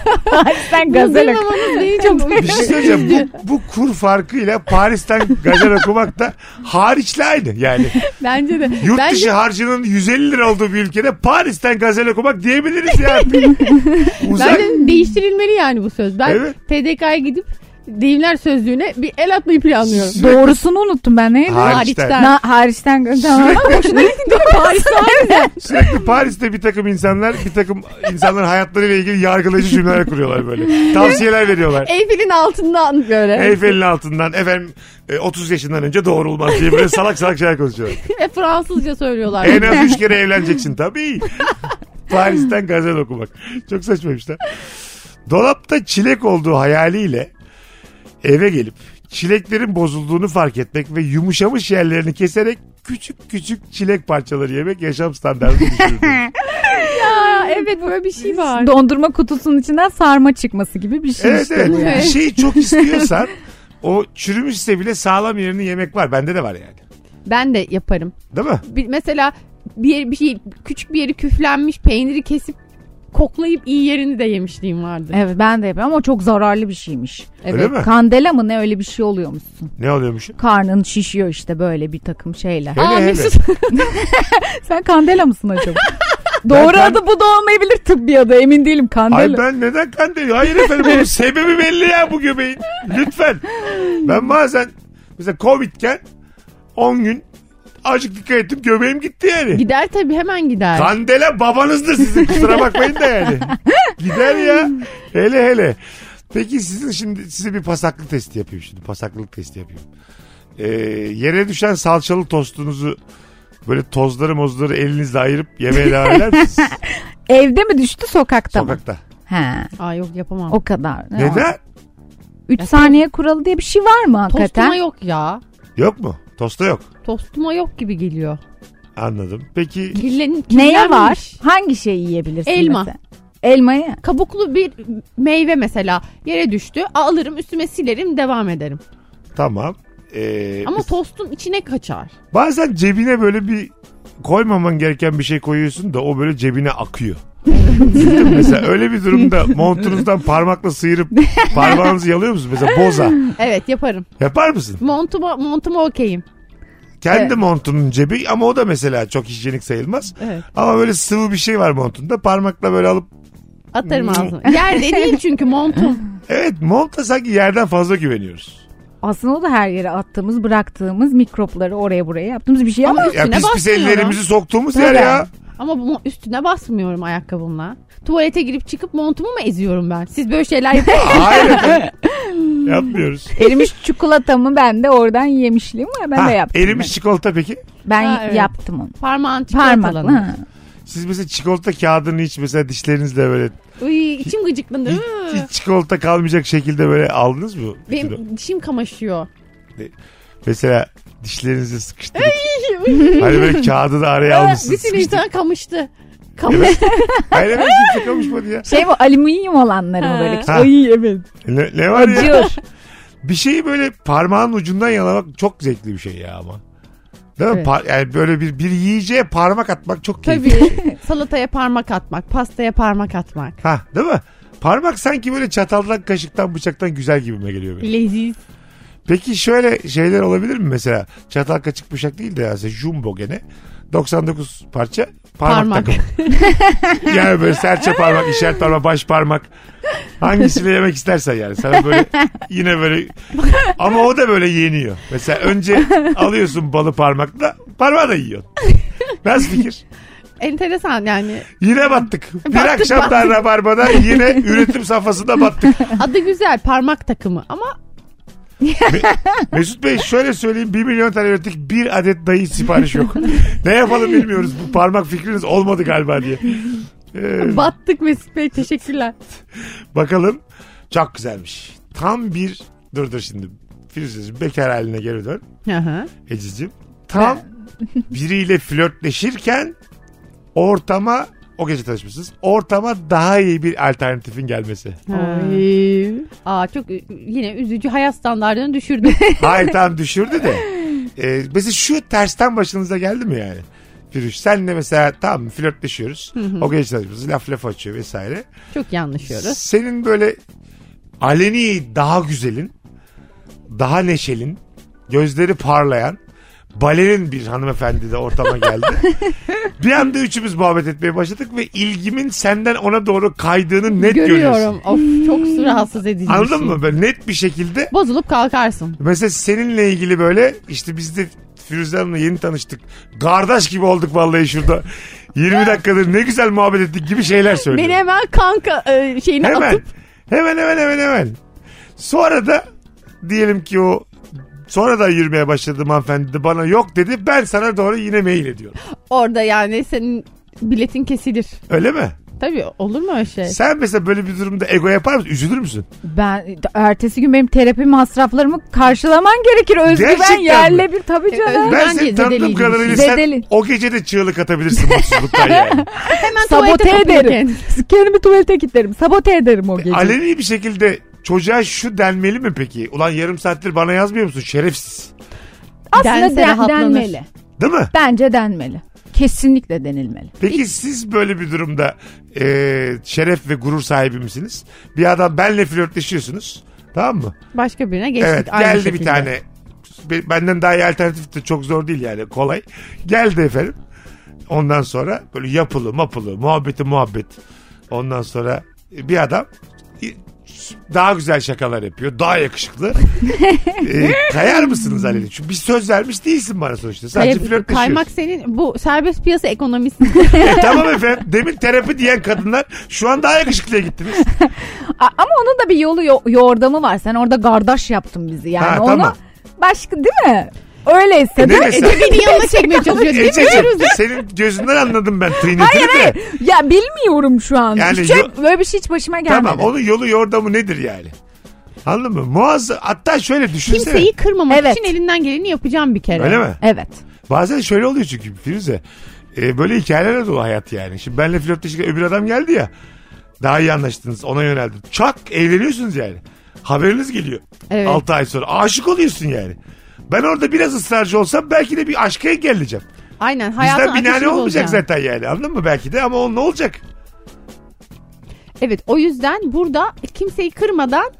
sen
Bunu
gazel
duymamamız beni çok
Bir şey söyleyeceğim. Bu, bu kur farkıyla Paris'ten gazel okumak da hariçli aynı. Yani
Bence de.
Yurt
Bence
dışı harcının 150 lira olduğu bir ülkede Paris'ten gazel okumak diyebiliriz ya. Uzak.
Bence değiştirilmeli yani bu söz. Ben
Evet.
TDK'ya gidip deyimler sözlüğüne bir el atmayı planlıyorum.
Doğrusunu unuttum ben neydi?
Ha, Hariçten.
Hariçten.
Na, hariçten tamam.
Boşuna gittin değil mi? Paris'ten
Sürekli Paris'te bir takım insanlar bir takım insanların hayatlarıyla ilgili yargılayıcı cümleler kuruyorlar böyle. Tavsiyeler veriyorlar.
Eyfel'in altından böyle.
Eyfel'in altından efendim e, 30 yaşından önce doğrulmaz diye böyle salak salak şeyler konuşuyorlar.
E, Fransızca söylüyorlar.
En az 3 kere evleneceksin tabii. Paris'ten gazel okumak. Çok saçmaymış lan. Dolapta çilek olduğu hayaliyle eve gelip çileklerin bozulduğunu fark etmek ve yumuşamış yerlerini keserek küçük küçük çilek parçaları yemek yaşam standartını düşürdü.
Aa, evet böyle bir şey var.
Dondurma kutusunun içinden sarma çıkması gibi bir şey
evet
işte
evet.
bu yani.
Bir şeyi çok istiyorsan o çürümüşse bile sağlam yerini yemek var. Bende de var yani.
Ben de yaparım.
Değil mi?
Bir, mesela bir, yeri- bir şey küçük bir yeri küflenmiş peyniri kesip koklayıp iyi yerini de yemişliğim vardı.
Evet ben de yapıyorum ama çok zararlı bir şeymiş.
Öyle mi?
Kandela mı ne öyle bir şey oluyormuşsun.
Ne oluyormuş?
Karnın şişiyor işte böyle bir takım şeyler.
Hele
Aa,
hele.
Mesut
Sen kandela mısın acaba? Doğru
Ben-
adı bu da olmayabilir tıbbi adı emin değilim kandela.
Ay ben neden kandil? Hayır efendim bunun sebebi belli ya bu göbeğin. Lütfen. Ben bazen mesela Covid'ken 10 gün Azıcık dikkat ettim göbeğim gitti yani.
Gider tabii hemen gider.
Kandele babanızdır sizin kusura bakmayın da yani. Gider ya. Hele hele. Peki sizin şimdi size bir pasaklık testi yapayım şimdi. Pasaklık testi yapayım. Ee, yere düşen salçalı tostunuzu böyle tozları mozları elinizle ayırıp yemeye devam eder misiniz?
Evde mi düştü sokakta mı?
Sokakta.
He.
Aa yok yapamam.
O kadar.
Neden?
3 saniye kuralı diye bir şey var mı hakikaten?
Tostuma yok ya.
Yok mu? Tosta yok.
Tostuma yok gibi geliyor.
Anladım. Peki
Kirlen,
Neye var?
kirlenmiş.
Hangi şeyi yiyebilirsin
Elma.
mesela? Elmayı.
Kabuklu bir meyve mesela yere düştü. Alırım üstüme silerim devam ederim.
tamam. Ee,
Ama tostun içine kaçar.
bazen cebine böyle bir koymaman gereken bir şey koyuyorsun da o böyle cebine akıyor. Bildin mi? mesela öyle bir durumda montunuzdan parmakla sıyırıp parmağınızı yalıyor musunuz? Mesela boza.
Evet yaparım.
Yapar mısın?
Montuma, montuma okeyim.
Kendi
Evet.
montunun cebi ama o da mesela çok hijyenik sayılmaz.
Evet.
Ama böyle sıvı bir şey var montunda parmakla böyle alıp
Atarım ağzına. Yerde değil çünkü montum.
evet monta sanki yerden fazla güveniyoruz.
Aslında o da her yere attığımız, bıraktığımız mikropları oraya buraya yaptığımız bir şey ama
Ya
Üstüne
pis pis
basmıyorum.
ellerimizi soktuğumuz yer ya.
Ama bu üstüne basmıyorum ayakkabımla. Tuvalete girip çıkıp montumu mu eziyorum ben? Siz böyle şeyler yapıyor musunuz?
Hayır efendim. Yapmıyoruz.
erimiş çikolatamı ben de oradan yemişliğim var ben
Ha,
de yaptım.
erimiş çikolata peki?
Ben
Ha, evet.
yaptım onu.
Parmağın çikolatalanır.
Parmakla. ha.
Siz mesela çikolata kağıdını hiç mesela dişlerinizle böyle
Uy, içim gıcıklandı.
hiç, hiç çikolata kalmayacak şekilde böyle aldınız mı? Bütün o-
Benim dişim kamaşıyor.
Mesela dişlerinizi sıkıştırıp hani böyle kağıdı da araya almışsınız.
Bütün
sıkıştırıp.
insan kamıştı. Kamıştı.
Hayır efendim kimse kavuşmadı ya.
Şey bu alüminyum olanları mı böyle?
Ha.
Ay evet.
Ne, ne var ya?
Acıyor.
Bir şeyi böyle parmağın ucundan yalamak çok zevkli bir şey ya ama. Değil mi?
Evet.
Par- yani böyle bir, bir yiyeceğe parmak atmak çok keyifli.
Tabii. Salataya parmak atmak, pastaya parmak atmak.
Ha, değil mi? Parmak sanki böyle çataldan, kaşıktan, bıçaktan güzel gibime geliyor benim.
Leziz.
Peki şöyle şeyler olabilir mi mesela? Çatal kaçık bıçak değil de yani jumbo gene. 99 parça parmak,
Parmak.
takımı. yani böyle serçe parmak, işaret parmak, baş parmak. Hangisini yemek istersen yani. Sana böyle yine böyle ama o da böyle yeniyor. Mesela önce alıyorsun balı parmakla parmağı da yiyorsun. Nasıl fikir?
Enteresan yani.
Yine battık. Bir
Battık,
akşam daha
battık.
rabarbada yine üretim safhasında battık.
Adı güzel parmak takımı ama
Mesut Bey şöyle söyleyeyim 1 milyon tane ürettik bir adet dahi sipariş yok. ne yapalım bilmiyoruz bu parmak fikriniz olmadı galiba diye. Ee,
battık Mesut Bey teşekkürler.
bakalım çok güzelmiş. Tam bir dur dur şimdi Firuze'cim bekar haline geri dön
Hı hı.
Ececiğim. Tam biriyle flörtleşirken ortama o gece tanışmışsınız. Ortama daha iyi bir alternatifin gelmesi.
Ay. Aa çok ü- yine üzücü hayat standartlarını düşürdü.
Hayır tam düşürdü de. Ee, mesela şu tersten başınıza geldi mi yani? Firuş senle mesela tamam flörtleşiyoruz. o genç tanışmışız laf laf açıyor vesaire.
çok yanlışıyoruz.
Senin böyle aleni daha güzelin, daha neşelin, gözleri parlayan, balerin bir hanımefendi de ortama geldi. bir anda üçümüz muhabbet etmeye başladık ve ilgimin senden ona doğru kaydığını net görüyorsun.
Görüyorum. Of çok rahatsız edici. bir
Anladın
şey.
mı? Böyle net bir şekilde
Bozulup kalkarsın.
Mesela seninle ilgili böyle işte biz de Firuze Hanım'la yeni tanıştık. Kardeş gibi olduk vallahi şurada. 20 dakikadır ne güzel muhabbet ettik gibi şeyler söylüyor.
Beni hemen kanka e, şeyine
hemen,
atıp
hemen hemen hemen hemen. Sonra da diyelim ki o sonra da yürümeye başladım hanımefendi de bana yok dedi. Ben sana doğru yine mail ediyorum.
orada yani senin biletin kesilir.
Öyle mi?
Tabii olur mu öyle şey?
Sen mesela böyle bir durumda ego yapar mısın? Üzülür müsün?
Ben ertesi gün benim terapi masraflarımı karşılaman gerekir. Özgüven
Gerçekten mi?
yerle bir tabii
Evet.
Ben
canım.
Bence
seni tanıdığım
zedeliyim.
kadarıyla sen
Zedeli.
o gece de çığlık atabilirsin mutsuzluktan yani.
Hemen tuvalete
Sabote
kapıyı
ederim. Kendimi tuvalete kilitlerim. Sabote ederim
E,
o gece.
Aleni bir şekilde çocuğa şu denmeli mi peki? Ulan yarım saattir bana yazmıyor musun şerefsiz?
Aslında
Dense
den-
rahatlanır.
denmeli.
Değil mi?
Bence denmeli. Kesinlikle denilmeli.
Peki siz böyle bir durumda e, şeref ve gurur sahibi misiniz? Bir adam benle flörtleşiyorsunuz. Tamam mı?
Başka birine geçtik.
evet
aynı
geldi bir
şekilde.
tane. Be- Benden daha iyi alternatif de çok zor değil yani kolay. Geldi efendim. Ondan sonra e, böyle yapılı mapılı muhabbeti muhabbet. Ondan sonra bir adam daha güzel şakalar yapıyor. Daha yakışıklı. Ee, kayar mısınız Aleli? Çünkü bir söz vermiş değilsin bana sonuçta. Sadece
Kay-
flörtleşiyorsun.
kaymak senin bu serbest piyasa ekonomisi.
E, tamam efendim. Demin terapi diyen kadınlar şu an daha yakışıklıya gittiniz.
A- ama onun da bir yolu yo- yordamı var. Sen orada kardeş yaptın bizi yani.
Ha,
onu
tamam. E,
başka değil mi? Öyleyse
Ne
de
mesela?
Beni yanına çekmeye çalışıyor değil mi?
Ececiğim senin gözünden anladım ben Trinity'ni
Hayır
de.
hayır. Ya bilmiyorum şu an.
Yani
Hiç-
yo-
böyle bir şey hiç başıma gelmedi.
Tamam onun yolu yordamı nedir yani? Anladın mı? Muazzam. Hatta şöyle düşünsene.
Kimseyi kırmamak
Evet.
için elinden geleni yapacağım bir kere.
Öyle mi?
Evet.
Bazen şöyle oluyor çünkü Firuze. E, böyle hikayelerle dolu hayat yani. Şimdi benle flörtleşirken öbür adam geldi ya. Daha iyi anlaştınız ona yöneldim. Çak eğleniyorsunuz yani. Haberiniz geliyor.
Evet.
6 ay sonra. Aşık oluyorsun yani. Ben orada biraz ısrarcı olsam belki de bir aşka engelleyeceğim.
Aynen hayatın
Bizden binane
akışını
olmayacak
bozacağım.
zaten yani anladın mı belki de ama onun ne olacak?
Evet o yüzden burada kimseyi kırmadan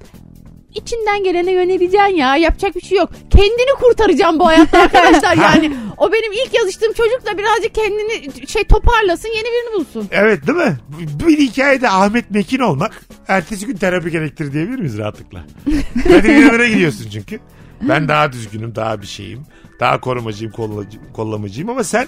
içinden gelene yöneleceksin ya. Yapacak bir şey yok. Kendini kurtaracağım bu hayatta arkadaşlar yani. O benim ilk yazıştığım çocukla birazcık kendini şey toparlasın yeni birini bulsun.
Evet değil mi? Bu- Bir hikayede Ahmet Mekin olmak ertesi gün terapi gerektir diyebilir miyiz rahatlıkla? Kadir İnanır'a gidiyorsun çünkü. Ben daha düzgünüm, daha bir şeyim. Daha korumacıyım, kollacı- kollamacıyım ama sen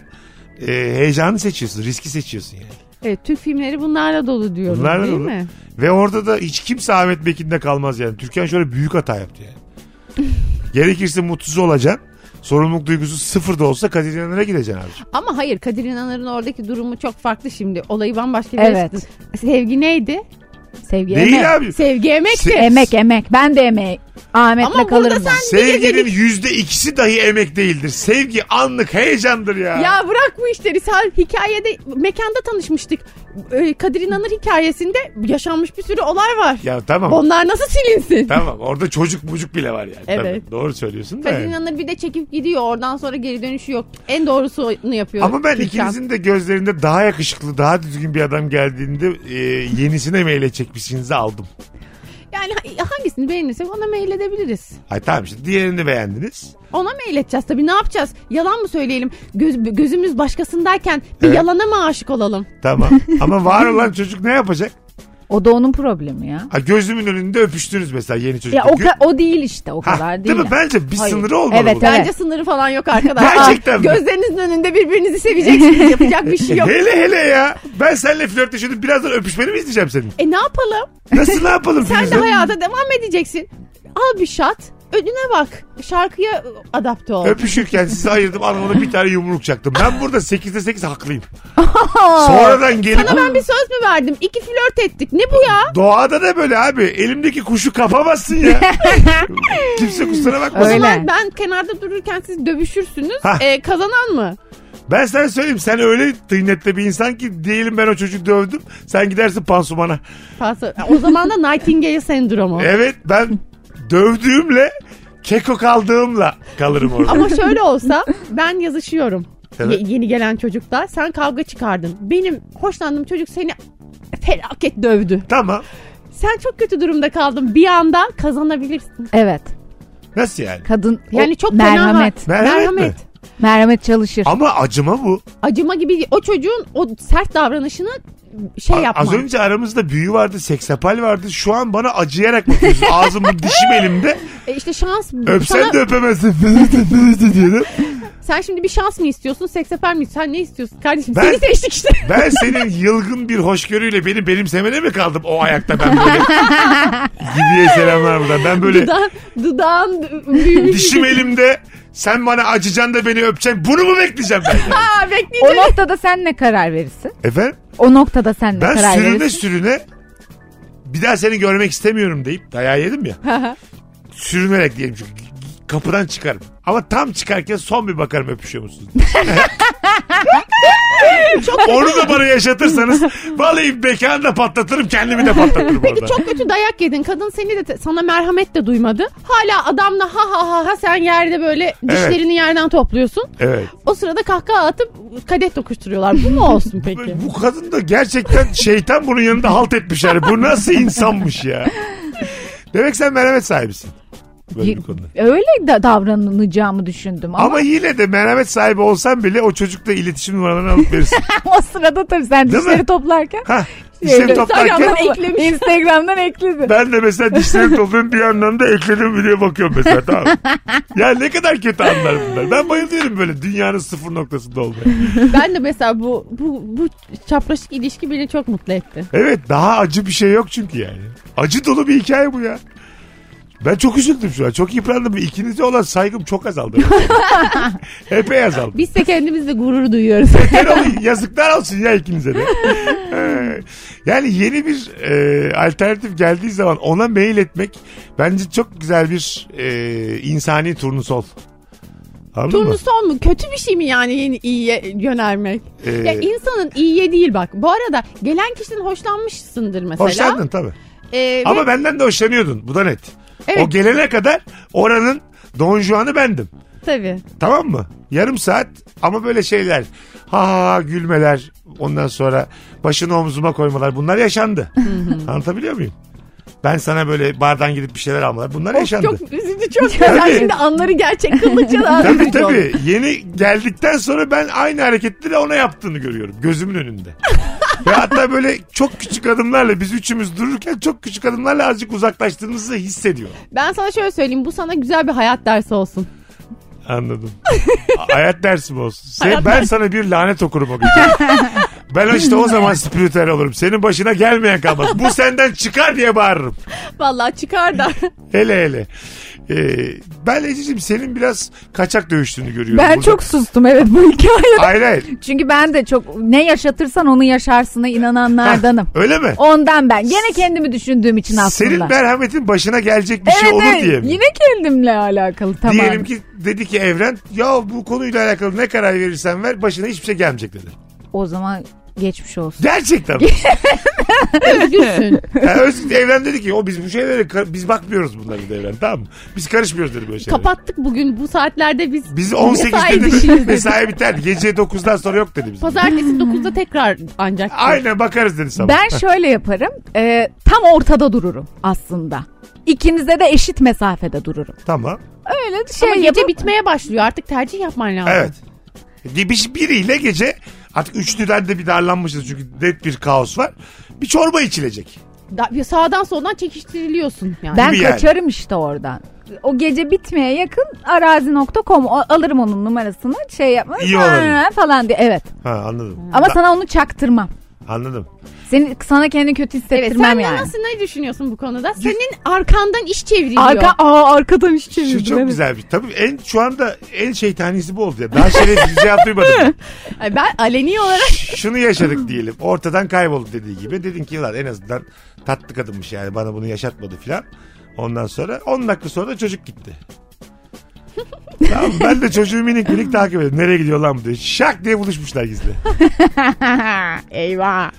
e, heyecanı seçiyorsun, riski seçiyorsun yani.
Evet Türk filmleri bunlarla dolu diyorum
Bunlarla
değil
dolu.
mi?
Ve orada da hiç kimse Ahmet Mekin'de kalmaz yani. Türkan şöyle büyük hata yaptı yani. Gerekirse mutsuz olacaksın. Sorumluluk duygusu sıfır da olsa Kadir İnanır'a gideceksin abi.
Ama hayır Kadir İnanır'ın oradaki durumu çok farklı şimdi. Olayı bambaşka bir yere
Evet.
çıktı. Sevgi neydi?
Sevgi emek.
Değil abi.
Sevgi emekti.
Se-
Emek emek. Ben de emek. Ahmet'le
Ama burada
kalırım ben.
sen-
Sevginin yüzde ikisi dahi emek değildir. Sevgi anlık heyecandır ya.
Ya bırak bu işleri. Sen hikayede mekanda tanışmıştık. Ee, Kadir İnanır hikayesinde yaşanmış bir sürü olay var.
Ya tamam.
Onlar nasıl silinsin?
Tamam orada çocuk bucuk bile var yani.
Evet.
Tabii, doğru söylüyorsun da.
Kadir
yani.
İnanır bir de çekip gidiyor. Oradan sonra geri dönüşü yok. En doğrusunu yapıyor.
Ama ben
Türkan.
ikinizin de gözlerinde daha yakışıklı, daha düzgün bir adam geldiğinde e, yenisine meyle çekmişsinizi aldım.
Yani ha- hangisini beğenirsek ona mail edebiliriz.
Ay tamam işte diğerini beğendiniz.
Ona mail edeceğiz tabii. Ne yapacağız? Yalan mı söyleyelim? Göz- gözümüz başkasındayken bir
Evet.
yalana mı aşık olalım?
Tamam. Ama var olan çocuk ne yapacak?
O da onun problemi ya.
Ha, gözümün önünde öpüştünüz mesela yeni çocuk.
Ya o, ka- o değil işte o
Ha,
kadar değil.
değil mi?
yani.
Bence bir
Hayır.
sınırı olmalı
Evet,
bunun.
evet.
Bence sınırı falan yok arkadaşlar.
Gerçekten mi?
Gözlerinizin önünde birbirinizi seveceksiniz. Yapacak bir şey yok.
E, Hele hele ya. Ben seninle flörtleşiyordum. Birazdan öpüşmeni mi izleyeceğim senin?
E ne yapalım?
Nasıl ne yapalım?
Sen de
Firuze?
hayata devam edeceksin. Al bir şat. Önüne bak. Şarkıya adapte ol.
Öpüşürken sizi ayırdım anlamda bir tane yumruk çaktım. Ben burada 8'de 8 haklıyım. Sonradan gelip
Sana ben bir söz mü verdim? İki flört ettik. Ne bu ya?
doğada da böyle abi elimdeki kuşu kapamazsın ya. Kimse kusura bakmasın.
Öyle.
Ben, ben kenarda dururken siz dövüşürsünüz.
Hah.
E, kazanan mı?
Ben sana söyleyeyim sen öyle tıynette bir insan ki diyelim ben o çocuğu dövdüm. Sen gidersin pansumana.
Pasa- O zaman da Nightingale sendromu.
Evet ben dövdüğümle keko kaldığımla kalırım orada.
Ama şöyle olsa ben yazışıyorum.
Evet.
Ye- yeni gelen çocukla. Sen kavga çıkardın. Benim hoşlandığım çocuk seni felaket dövdü.
Tamam.
Sen çok kötü durumda kaldın. Bir anda kazanabilirsin.
Evet.
Nasıl yani?
Kadın
Yani
o-
çok fena
merhamet.
ha-
Merhamet mi?
Merhamet çalışır.
Ama acıma bu.
acıma gibi değil. o çocuğun o sert davranışını şey
A-
yapma.
Az önce aramızda büyü vardı, seksapal vardı. Şu an bana acıyarak bakıyorsun. Ağzım dişim elimde.
E işte şans
Öpsen
sana,
de öpemezsin. diyorum.
sen şimdi bir şans mı istiyorsun? Seksefer mi? istiyorsun? Sen ne istiyorsun kardeşim?
Ben-
Seni seçtik işte.
Ben senin yılgın bir hoşgörüyle beni benimsemene mi kaldım o ayakta ben böyle? Gidiye selamlar buradan. Ben böyle
Dudağın, dudağın büyümüş.
dişim elimde. Sen bana acıcan da beni öpeceksin. Bunu mu bekleyeceğim ben? yani?
Aa
O
bekleyeceğim.
noktada sen ne karar verirsin?
Efendim?
O noktada sen ne
Ben
karar
sürüne
verirsin?
sürüne bir daha seni görmek istemiyorum deyip dayağı yedim ya. sürünerek diyelim çünkü kapıdan çıkarım. Ama tam çıkarken son bir bakarım öpüşüyor musunuz? Onu da bana yaşatırsanız vallahi mekanı da patlatırım kendimi de patlatırım orada.
Çok kötü dayak yedin. Kadın seni de te- sana merhamet de duymadı. Hala adamla ha ha ha ha sen yerde böyle dişlerini yerden topluyorsun.
Evet.
O sırada kahkaha atıp kadeh tokuşturuyorlar. Bu mu olsun peki?
Bu kadın da gerçekten şeytan bunun yanında halt etmiş yani. Bu nasıl insanmış ya? Demek sen merhamet sahibisin. böyle bir konuda.
Öyle de davranılacağımı düşündüm ama,
Ama yine de merhamet sahibi olsan bile o çocukla iletişim numaralarını alıp verirsin.
o sırada tabii sen
Değil mi?
dişleri toplarken
Hah, dişleri
Şeyde-
toplarken
Instagram'dan eklemiş. Instagram'dan ekledi.
ben de mesela dişlerimi topluyorum bir yandan da ekledim videoya bakıyorum mesela tamam. mı? ya ne kadar kötü anlar bunlar. Ben bayılıyorum böyle dünyanın sıfır noktasında olmaya.
Ben de mesela bu, bu, bu çapraşık ilişki beni çok mutlu etti.
Evet daha acı bir şey yok çünkü yani. Acı dolu bir hikaye bu ya. Ben çok üzüldüm şu an. Çok yıprandım. İkinize olan saygım çok azaldı. Epey azaldı.
Biz de kendimizle gurur duyuyoruz.
Yeter olun, yazıklar olsun ya ikinize de. Ee, yani yeni bir e, alternatif geldiği zaman ona mail etmek bence çok güzel bir e, insani turnusol. Anladın mı?
Turnusol mu? Kötü bir şey mi yani yeni iyiye yönelmek?
Ee,
Ya insanın iyiye değil bak. Bu arada gelen kişiden hoşlanmışsındır mesela.
Hoşlandın tabii.
Ee, ve-
Ama benden de hoşlanıyordun. Bu da net.
Evet.
O gelene kadar oranın Don Juan'ı bendim.
Tabii.
Tamam mı? Yarım saat ama böyle şeyler. Ha ha ha gülmeler. Ondan sonra başını omzuma koymalar. Bunlar yaşandı. Anlatabiliyor muyum? Ben sana böyle bardan gidip bir şeyler almalar. Bunlar yaşandı.
Çok üzücü çok. Sen şimdi anları gerçek kılınca daha
Tabii
üzücü oldu.
tabii. Yeni geldikten sonra ben aynı hareketleri ona yaptığını görüyorum. Gözümün önünde. Ve hatta böyle çok küçük adımlarla biz üçümüz dururken çok küçük adımlarla azıcık uzaklaştığımızı hissediyorum.
Ben sana şöyle söyleyeyim. Bu sana güzel bir hayat dersi olsun.
Anladım. A- Hayat dersi mi olsun? Sen- ben sana bir lanet okurum o gece. Ben işte o zaman spiritüel olurum. Senin başına gelmeyen kalmaz. Bu senden çıkar diye bağırırım.
Vallahi çıkar da.
Hele hele. Ee, ben Ececiğim senin biraz kaçak dövüştüğünü görüyorum.
Ben
burada.
çok sustum evet bu hikayede.
Hayır hayır.
Çünkü ben de çok ne yaşatırsan onu yaşarsına inananlardanım.
Öyle mi?
Ondan ben. Gene kendimi düşündüğüm için aslında.
Senin merhametin başına gelecek bir şey olur diye mi?
Yine kendimle alakalı tamam.
Diyelim ki dedi ki Evren ya bu konuyla alakalı ne karar verirsen ver başına hiçbir şey gelmeyecek dedi.
O zaman geçmiş olsun.
Gerçekten.
Üzgünsün.
Yani öz- Evren dedi ki o biz bu şeylere ka- biz bakmıyoruz bunlara dedi Evren tamam mı? Biz karışmıyoruz dedi böyle şeylere.
Kapattık bugün bu saatlerde biz.
Biz 18
mesai
dedi
dışıyız dedi.
mesai biter gece 9'dan sonra yok dedi bizim.
Pazartesi 9'da tekrar ancak.
Aynen bakarız dedi sabah.
Ben şöyle yaparım. e, tam ortada dururum aslında. İkinize de eşit mesafede dururum.
Tamam
Öyle şey
Ama gece
yapıp
bitmeye başlıyor. Artık tercih yapman lazım.
evet. E, Bir, biriyle gece artık üçlüden de bir darlanmışız çünkü net bir kaos var. Bir çorba içilecek.
Da- bir sağdan soldan çekiştiriliyorsun yani. E
ben
gibi yani.
kaçarım işte oradan. O gece bitmeye yakın arazi.com o- alırım onun numarasını şey yapma
İyi olur.
falan diye evet.
Ha anladım.
Ama
Da-
sana onu çaktırmam.
Anladım.
Seni sana kendini kötü
Evet, sen
hissettirmem
de
yani.
nasıl ne düşünüyorsun bu konuda? Senin arkandan iş çevriliyor.
Arka aa arkadan iş çevirdim.
Şu çok
evet.
güzel bir. Tabii en şu anda en şeytanisi bu oldu ya. Daha şerefsiz cevap duymadım.
Ay, E Ben aleni olarak
şunu yaşadık diyelim. Ortadan kayboldu dediği gibi. Dedin ki lan en azından tatlı kadınmış yani bana bunu yaşatmadı filan. Ondan sonra 10 dakika sonra da çocuk gitti. tamam, ben de çocuğu minik minik takip ediyorum. Nereye gidiyor lan bu diye. Şak diye buluşmuşlar gizli.
eyvah.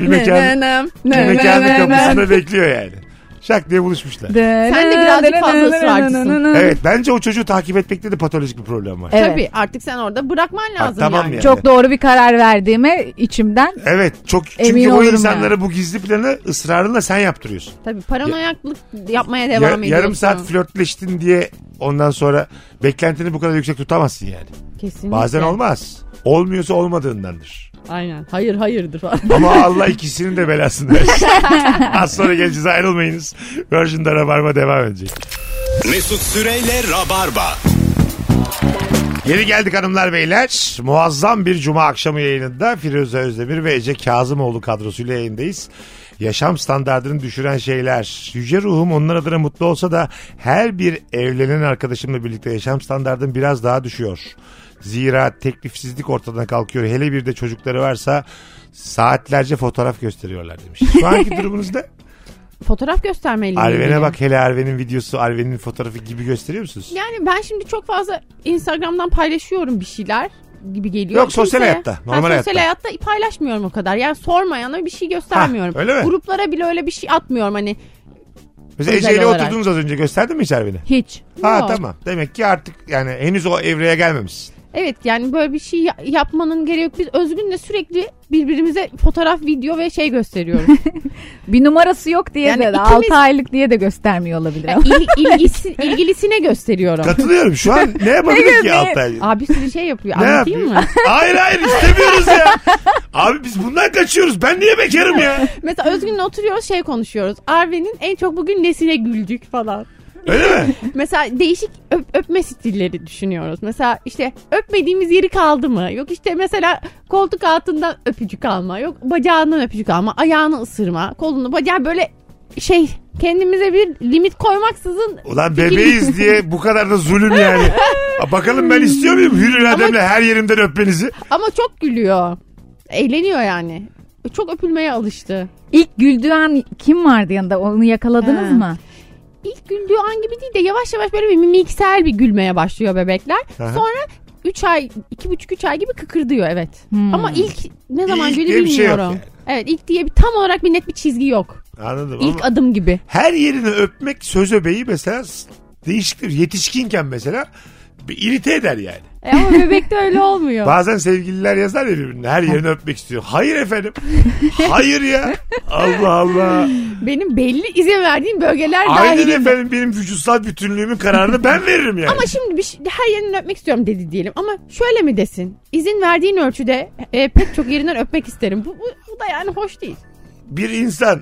Bir mekan, bir mekanın kapısında bekliyor yani. Şak diye buluşmuşlar.
Sen
de birazcık fazla ısrarcısın.
Evet bence o çocuğu takip etmekte de patolojik bir problem var.
Evet.
Tabii artık sen orada bırakman
Ha,
lazım
tamam
yani.
yani.
Çok doğru bir karar verdiğime içimden
Evet çok çünkü
Emin
o
olurum
insanlara bu gizli planı ısrarınla sen yaptırıyorsun.
Tabii paranoyaklık yapmaya
Ya-
devam ediyorsun.
yarım saat flörtleştin diye ondan sonra beklentini bu kadar yüksek tutamazsın yani.
Kesinlikle.
Bazen olmaz. Olmuyorsa olmadığındandır.
Aynen. Hayır hayırdır falan.
Ama Allah ikisinin de belasını versin. Az sonra geleceğiz ayrılmayınız. Virgin'de Rabarba devam edecek.
Mesut Süreyle Rabarba.
Yeni geldik hanımlar beyler. Muazzam bir cuma akşamı yayınında Firuze Özdemir ve Ece Kazımoğlu kadrosuyla yayındayız. Yaşam standartını düşüren şeyler. Yüce ruhum onlar adına mutlu olsa da her bir evlenen arkadaşımla birlikte yaşam standartım biraz daha düşüyor. Zira teklifsizlik ortadan kalkıyor. Hele bir de çocukları varsa saatlerce fotoğraf gösteriyorlar demiş. Şu anki durumunuz ne?
Fotoğraf göstermeliyim.
Arven'e bak hele Arven'in videosu, Arven'in fotoğrafı gibi gösteriyor musunuz?
Yani ben şimdi çok fazla Instagram'dan paylaşıyorum bir şeyler gibi geliyor.
Yok, sosyal hayatta,
Ha,
normal
sosyal hayatta. paylaşmıyorum o kadar. Yani sormayana bir şey göstermiyorum.
Ha, öyle mi?
Gruplara bile öyle bir şey atmıyorum hani.
Mesela
Özel
Ece ile
olarak.
oturduğunuz az önce gösterdin mi hiç Arven'i?
hiç.
Ha
Yok.
tamam. Demek ki artık yani henüz o evreye gelmemişsin.
Evet yani böyle bir şey ya- yapmanın gereği yok. Biz Özgün'le sürekli birbirimize fotoğraf, video ve şey gösteriyoruz.
Bir numarası yok diye
Yani
de
ikimiz-
6 aylık diye de göstermiyor olabilir.
Yani il- ilgisi- ilgilisine gösteriyorum.
Katılıyorum şu an ne yapabilir ki
Ne-
Altay?
Abi sürü şey yapıyor.
Ne
Anlatayım mı?
hayır hayır istemiyoruz ya. Abi biz bundan kaçıyoruz. Ben niye bekarım ya?
Mesela Özgün'le oturuyoruz şey konuşuyoruz. Arve'nin en çok bugün nesine güldük falan.
Öyle mi?
Mesela değişik öp- öpme stilleri düşünüyoruz. Mesela işte öpmediğimiz yeri kaldı mı? Yok işte mesela koltuk altından öpücük alma. Yok bacağından öpücük alma. Ayağını ısırma. Kolunu bacağı böyle şey kendimize bir limit koymaksızın
Ulan bebeğiz diye bu kadar da zulüm yani. Ha, Bakalım ben istiyor muyum Hürür Adem'le her yerimden öpmenizi?
ama çok gülüyor. Eğleniyor yani. Çok öpülmeye alıştı.
İlk güldüğü an kim vardı yanında onu yakaladınız
Ha.
mı?
İlk güldüğü an gibi değil de yavaş yavaş böyle bir mimiksel bir gülmeye başlıyor bebekler.
Aha.
Sonra 3 ay, 2,5-3 ay gibi kıkırdıyor evet. Ama ilk ne zaman
İlk
gülü
diye bir
bilmiyorum.
şey yok yani.
Evet ilk diye bir tam olarak bir net bir çizgi yok.
Anladım
İlk
ama
adım gibi.
her yerini öpmek söz öbeği mesela s- değişiktir. Yetişkinken mesela bir irite eder yani.
E ama bebekte öyle olmuyor.
Bazen sevgililer yazar ya birbirine her yerini öpmek istiyor. Hayır efendim. Hayır ya. Allah Allah.
Benim belli izin verdiğim bölgeler
Aynen
dahilinde.
efendim benim vücutsal bütünlüğümün kararını ben veririm yani.
Ama şimdi bir şey- her yerinden öpmek istiyorum dedi diyelim. Ama şöyle mi desin? İzin verdiğin ölçüde e, pek çok yerinden öpmek isterim. Bu, bu, bu da yani hoş değil.
Bir insan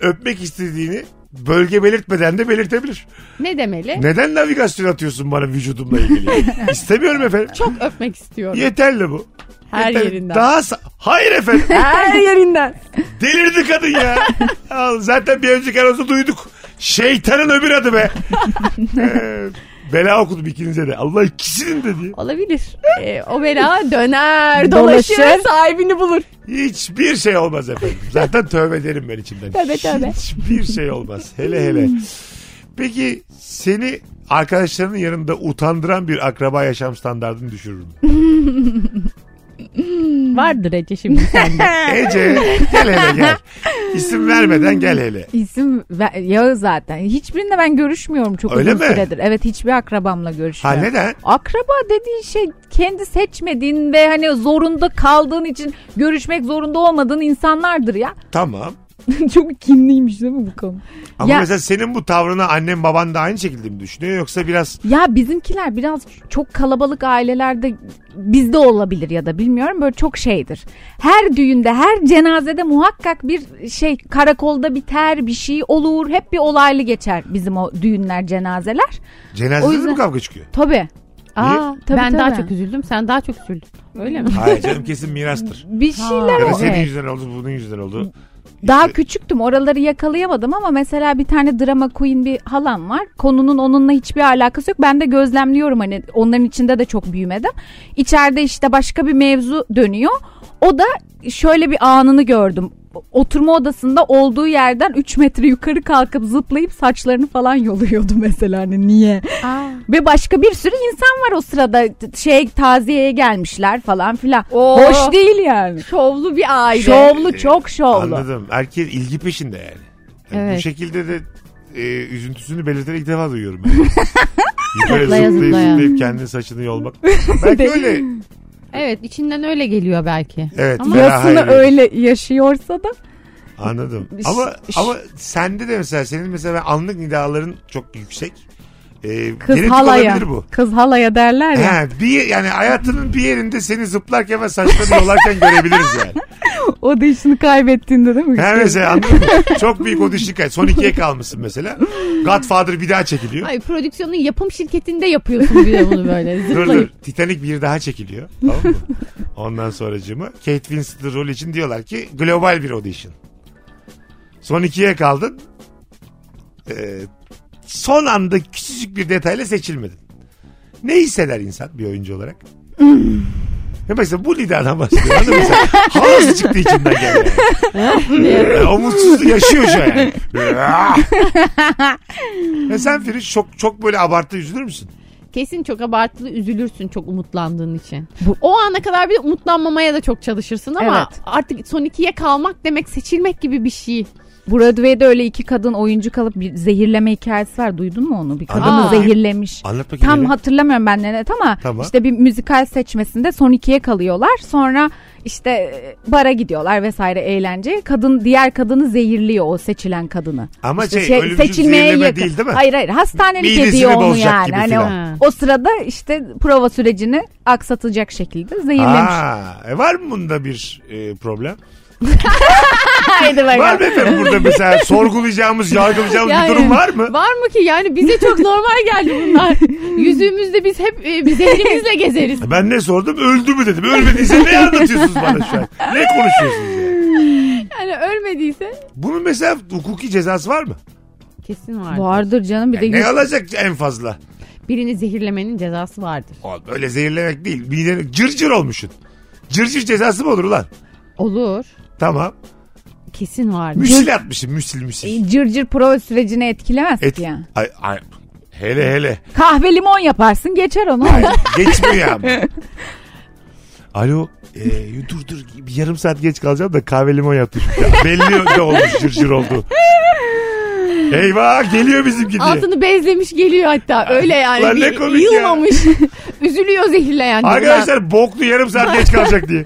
öpmek istediğini bölge belirtmeden de belirtebilir.
Ne demeli?
Neden navigasyon atıyorsun bana vücudumla ilgili? İstemiyorum efendim.
Çok öpmek istiyorum.
Yeterli bu.
Her
Yeterli.
yerinden.
Daha sa- Hayır efendim.
Her yerinden.
Delirdi kadın ya. Al, zaten bir önceki anonsu duyduk. Şeytanın öbür adı be. Ee, bela okudum ikinize de. Allah ikisinin de diye.
Olabilir. E, o bela döner, dolaşır,
Dolaşır.
sahibini bulur.
Hiçbir şey olmaz efendim. Zaten tövbe ederim ben içimden.
Tövbe, tövbe. Hmm.
Hiçbir şey olmaz. Hele hele. Peki seni arkadaşlarının yanında utandıran bir akraba yaşam standartını düşürür mü?
Vardır Ece şimdi sende.
Ece gel hele gel.
Hmm.
İsim vermeden gel hele.
İsim ve- yağı zaten. Hiçbirinde ben görüşmüyorum çok
Öyle
uzun
mi?
süredir. Evet hiçbir akrabamla
Ha
görüşmüyorum.
neden?
Akraba dediğin şey kendi seçmediğin ve hani zorunda kaldığın için görüşmek zorunda olmadığın insanlardır ya.
Tamam.
çok kinliymiş değil mi bu konu?
Ama
Ya-
mesela senin bu tavrına annen baban da aynı şekilde mi düşünüyor yoksa biraz
Ya bizimkiler biraz çok kalabalık ailelerde bizde olabilir ya da bilmiyorum böyle çok şeydir. Her düğünde her cenazede muhakkak bir şey karakolda biter bir şey olur hep bir olaylı geçer bizim o düğünler cenazeler.
cenazede
O
mi
yüzden-
kavga çıkıyor?
Tabii.
Aa,
ben
tabii,
daha
tabii.
çok üzüldüm, sen daha çok üzüldün. Öyle mi?
Hayır canım kesin mirastır.
Bir şeyler
Ya da
oldu.
senin yüzünden oldu bunun yüzünden oldu.
Daha
İşte-
küçüktüm oraları yakalayamadım ama mesela bir tane drama queen bir halam var. Konunun onunla hiçbir alakası yok. Ben de gözlemliyorum hani onların içinde de çok büyümedim. İçeride işte başka bir mevzu dönüyor. O da şöyle bir anını gördüm. Oturma odasında olduğu yerden 3 metre yukarı kalkıp zıplayıp saçlarını falan yoluyordu mesela hani niye? Ve başka bir sürü insan var o sırada T- şey taziyeye gelmişler falan filan.
Oo.
Hoş değil yani.
Şovlu bir aile.
Şovlu çok şovlu.
Anladım. Erkek ilgi peşinde yani. Yani Bu
Evet.
şekilde de e, üzüntüsünü belirten ilk defa duyuyorum. ben. Yukarı
Zıplaya
zıplayıp
zıplaya.
zıplayıp kendi saçını yolmak. Belki öyle.
Evet içinden öyle geliyor belki.
Evet.
Ama-
ben
Yasını
hayır-
öyle yaşıyorsa da
Anladım.
Ş-
Ama
ş-
ama sende de mesela senin mesela ben anlık nidaların çok yüksek. E,
kız
genetik
halaya.
olabilir bu.
Kız halaya derler ya.
Ha, bir yani hayatının bir yerinde seni zıplarken ve saçlarını yolarken görebiliriz yani.
O da işini kaybettiğinde değil mi?
Ha mesela anladın mı? Çok büyük o dişlik. Son ikiye kalmışsın mesela. Godfather bir daha çekiliyor.
Ay prodüksiyonun yapım şirketinde yapıyorsun bir de bunu böyle
Dur dur.
zıplayıp.
Titanic bir daha çekiliyor. Tamam mı? Ondan sonracığımı. Kate Winslet rol için diyorlar ki global bir audition. Son ikiye kaldın. Ee, son anda küçücük bir detayla seçilmedin. Ne hisseder insan bir oyuncu olarak? Ya mesela bu liderden bahsediyor. Anladın mı sen? Havası çıktı içinden geldi. Yani. o mutsuzluğu yaşıyor şu an. Yani. Ve sen Firuş çok, çok böyle abartı üzülür müsün?
Kesin çok abartılı üzülürsün çok umutlandığın için. O ana kadar bir de umutlanmamaya da çok çalışırsın ama
Evet.
artık son ikiye kalmak demek seçilmek gibi bir şey.
Broadway'de öyle iki kadın oyuncu kalıp bir zehirleme hikayesi var. Duydun mu onu? Bir kadını
Aa.
zehirlemiş.
Anlat bakayım
Tam
beni.
hatırlamıyorum ben ne net ama
Tamam.
işte bir müzikal seçmesinde son ikiye kalıyorlar. Sonra işte e, bara gidiyorlar vesaire eğlence. Kadın diğer kadını zehirliyor o seçilen kadını.
Ama
İşte
şey, ölümcül zehirleme değil, değil mi?
Hayır hayır hastanelik
Midesini
ediyor onu
bozacak
yani.
gibi
Hani
filan.
o, o sırada işte prova sürecini aksatacak şekilde zehirlemiş.
Aa, e var mı bunda bir e, problem?
Haydi bakalım.
Var mı efendim burada mesela sorgulayacağımız, yargılayacağımız bir durum var mı?
Var mı ki yani bize çok normal geldi bunlar. Yüzüğümüzde biz hep e, biz elimizle gezeriz.
Ben ne sordum? Öldü mü dedim. Ölmediyse ne anlatıyorsunuz bana şu an? Ne konuşuyorsunuz yani?
Hani
Yani ölmediyse.
Bunun mesela hukuki cezası var mı?
Kesin vardır.
Vardır canım bir de
Ne
yüz-
alacak en fazla?
Birini zehirlemenin cezası vardır.
Oğlum öyle zehirlemek değil. Midenin cırcır olmuşsun. Cırcır cezası mı olur ulan?
Olur.
Tamam.
Kesin vardır.
Müsil atmışım. Müsil müsil.
cırcır prova sürecini etkilemez
Et,
ki yani.
ay, ay, hele hele.
Kahve limon yaparsın geçer onu.
Ay, geçmiyor ama. Alo. E, dur dur bir yarım saat geç kalacağım da kahve limon yaptım. Ya, belli de olmuş cırcır oldu. Eyvah geliyor bizimki diye.
Altını bezlemiş geliyor hatta öyle yani.
Ulan ne
Bir
komik ya.
yılmamış. Üzülüyor zehirleyen. de ulan.
Arkadaşlar boklu yarım saat geç kalacak diye.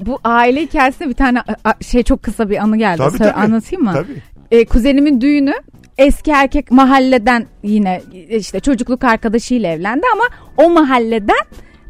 Bu aile hikayesinde bir tane a- a- şey çok kısa bir anı geldi.
Tabii,
Söyle-
tabii.
Anlatayım mı?
Tabii.
Ee, kuzenimin düğünü eski erkek mahalleden yine e, işte çocukluk arkadaşıyla evlendi ama o mahalleden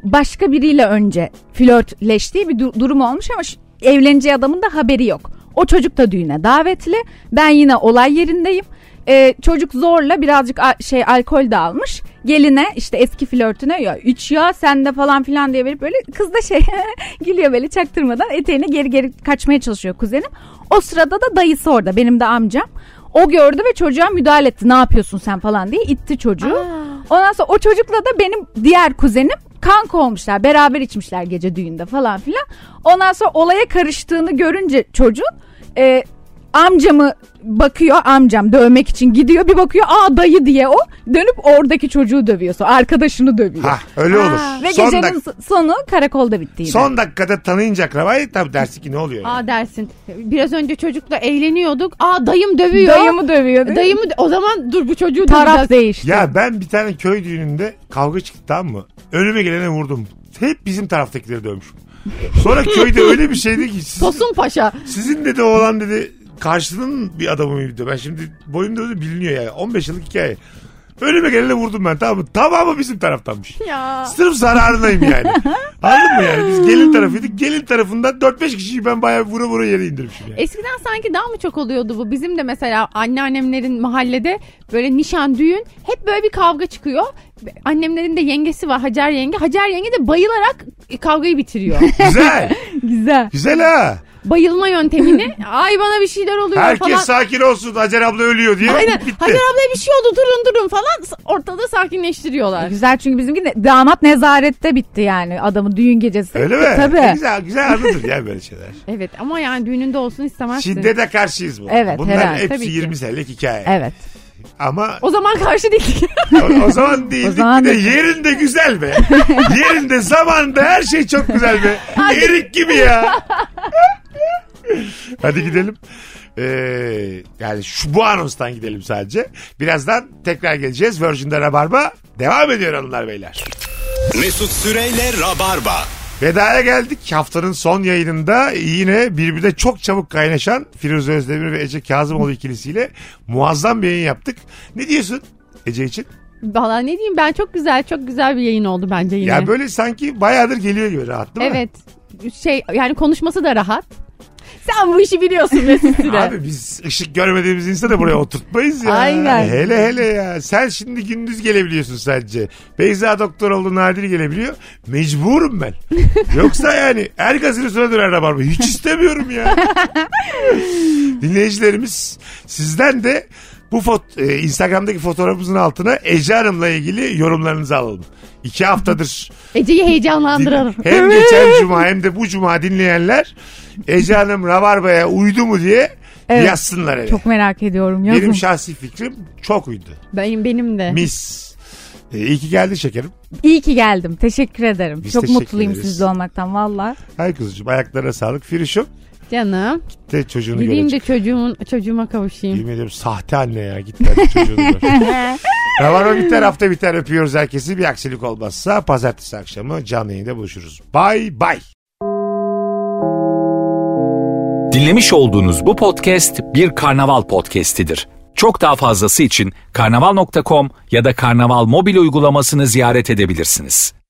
başka biriyle önce flörtleştiği bir du- durum olmuş ama şu- evleneceği adamın da haberi yok. O çocuk da düğüne davetli. Ben yine olay yerindeyim. Ee, çocuk zorla birazcık a- şey alkol de almış. Geline işte eski flörtüne ya üç ya sende falan filan diye verip böyle kız da şey gülüyor böyle çaktırmadan eteğini geri geri kaçmaya çalışıyor kuzenim. O sırada da dayısı orada benim de amcam. O gördü ve çocuğa müdahale etti. Ne yapıyorsun sen falan diye itti çocuğu. Ondan sonra o çocukla da benim diğer kuzenim kanka olmuşlar. Beraber içmişler gece düğünde falan filan. Ondan sonra olaya karıştığını görünce çocuğun e, amcamı bakıyor amcam dövmek için gidiyor bir bakıyor aa dayı diye o dönüp oradaki çocuğu dövüyor sonra arkadaşını dövüyor.
Ha öyle olur.
Ve
son,
gecenin
dak-
so- sonu karakolda bitti yine.
son dakikada tanıyınca akrabayı tabii dersi ki ne oluyor? yani?
Aa dersin. Biraz önce çocukla eğleniyorduk. Aa dayım dövüyor.
Dayımı dövüyor. değil mi?
Dayımı o zaman dur bu çocuğu
taraf
döveceğiz.
değişti.
Ya ben bir tane köy düğününde kavga çıktı tamam mı? Önüme gelene vurdum. Hep bizim taraftakileri dövmüşüm. Sonra köyde öyle bir şeydi ki siz-
Tosun Paşa.
sizin dedi oğlan dedi karşının bir adamı mıydı? Ben şimdi boyum da öyle biliniyor yani 15 yıllık hikaye. Önüme gelene vurdum ben tamam mı? Tamamı bizim taraftanmış.
Ya.
Sırf zararındayım yani. Anladın mı yani? Biz gelin tarafıydık. Gelin tarafından 4-5 kişiyi ben bayağı vura vura yere indirmişim yani.
Eskiden sanki daha mı çok oluyordu bu? Bizim de mesela anneannemlerin mahallede böyle nişan düğün hep böyle bir kavga çıkıyor. Annemlerin de yengesi var Hacer yenge. Hacer yenge de bayılarak kavgayı bitiriyor.
Güzel.
Güzel.
Güzel ha.
Bayılma yöntemini. Ay bana bir şeyler oluyor
Herkes
falan.
sakin olsun. Hacer abla ölüyor diye.
Aynen.
Bitti.
Hacer ablaya bir şey oldu durun durun falan ortada sakinleştiriyorlar.
Güzel çünkü bizimki de, damat nezarette bitti yani adamın düğün gecesi. E,
Öyle
E,
mi? Ne
Tabii.
Güzel, güzel anlatır ya böyle şeyler.
Evet ama yani düğününde olsun istemezsin.
Şiddete karşıyız bu.
Evet,
Bunlar
herhalde.
hepsi
Tabii ki.
20 senelik hikaye.
Evet.
Ama
O zaman karşı değildik.
o, o zaman değildik
zaman
bir de
değil.
yerinde güzel be. yerinde zamanda her şey çok güzel be. Erik gibi ya. Hadi gidelim. Ee, yani şu bu anonstan gidelim sadece. Birazdan tekrar geleceğiz. Virgin'de Rabarba devam ediyor hanımlar beyler.
Mesut Süreyle Rabarba.
Vedaya geldik. Haftanın son yayınında yine birbirine çok çabuk kaynaşan Firuze Özdemir ve Ece Kazımoğlu ikilisiyle muazzam bir yayın yaptık. Ne diyorsun Ece için?
Valla ne diyeyim ben çok güzel çok güzel bir yayın oldu bence yine.
Ya böyle sanki bayağıdır geliyor gibi rahat değil mi?
Evet. Şey yani konuşması da rahat. Sen bu işi biliyorsun Mesut Süre.
Abi biz ışık görmediğimiz insanı buraya oturtmayız ya. E,
Aynen.
Hele hele ya. Sen şimdi gündüz gelebiliyorsun sadece. Beyza doktor oldu Nadir gelebiliyor. Mecburum ben. Yoksa yani her gazını sonra döner rabarba. Hiç istemiyorum ya. Dinleyicilerimiz sizden de bu fot e, Instagram'daki fotoğrafımızın altına Ece Hanım'la ilgili yorumlarınızı alalım. İki haftadır
Ece'yi
Din-
heyecanlandıralım.
Hem geçen cuma hem de bu cuma dinleyenler Ece Hanım Rabarba'ya uydu mu diye
Evet.
yazsınlar hele.
Çok merak ediyorum. Yazın.
Benim şahsi fikrim çok uydu.
Benim, benim de.
Mis. Ee, iyi ki geldi şekerim.
İyi ki geldim. Teşekkür ederim.
Biz
Çok
teşekkür
mutluyum
ederiz.
sizde olmaktan valla.
Hay kuzucuğum ayaklarına sağlık. Firuşum
Canım.
De çocuğunu
Gideyim de
görecek.
çocuğumun, çocuğuma kavuşayım.
Yemin ediyorum sahte anne ya. Git ver çocuğunu gör. Rabarba biter hafta biter öpüyoruz herkesi. Bir aksilik olmazsa pazartesi akşamı canlı yayında buluşuruz. Bay bay.
Dinlemiş olduğunuz bu podcast bir karnaval podcastidir. Çok daha fazlası için karnaval.com ya da karnaval mobil uygulamasını ziyaret edebilirsiniz.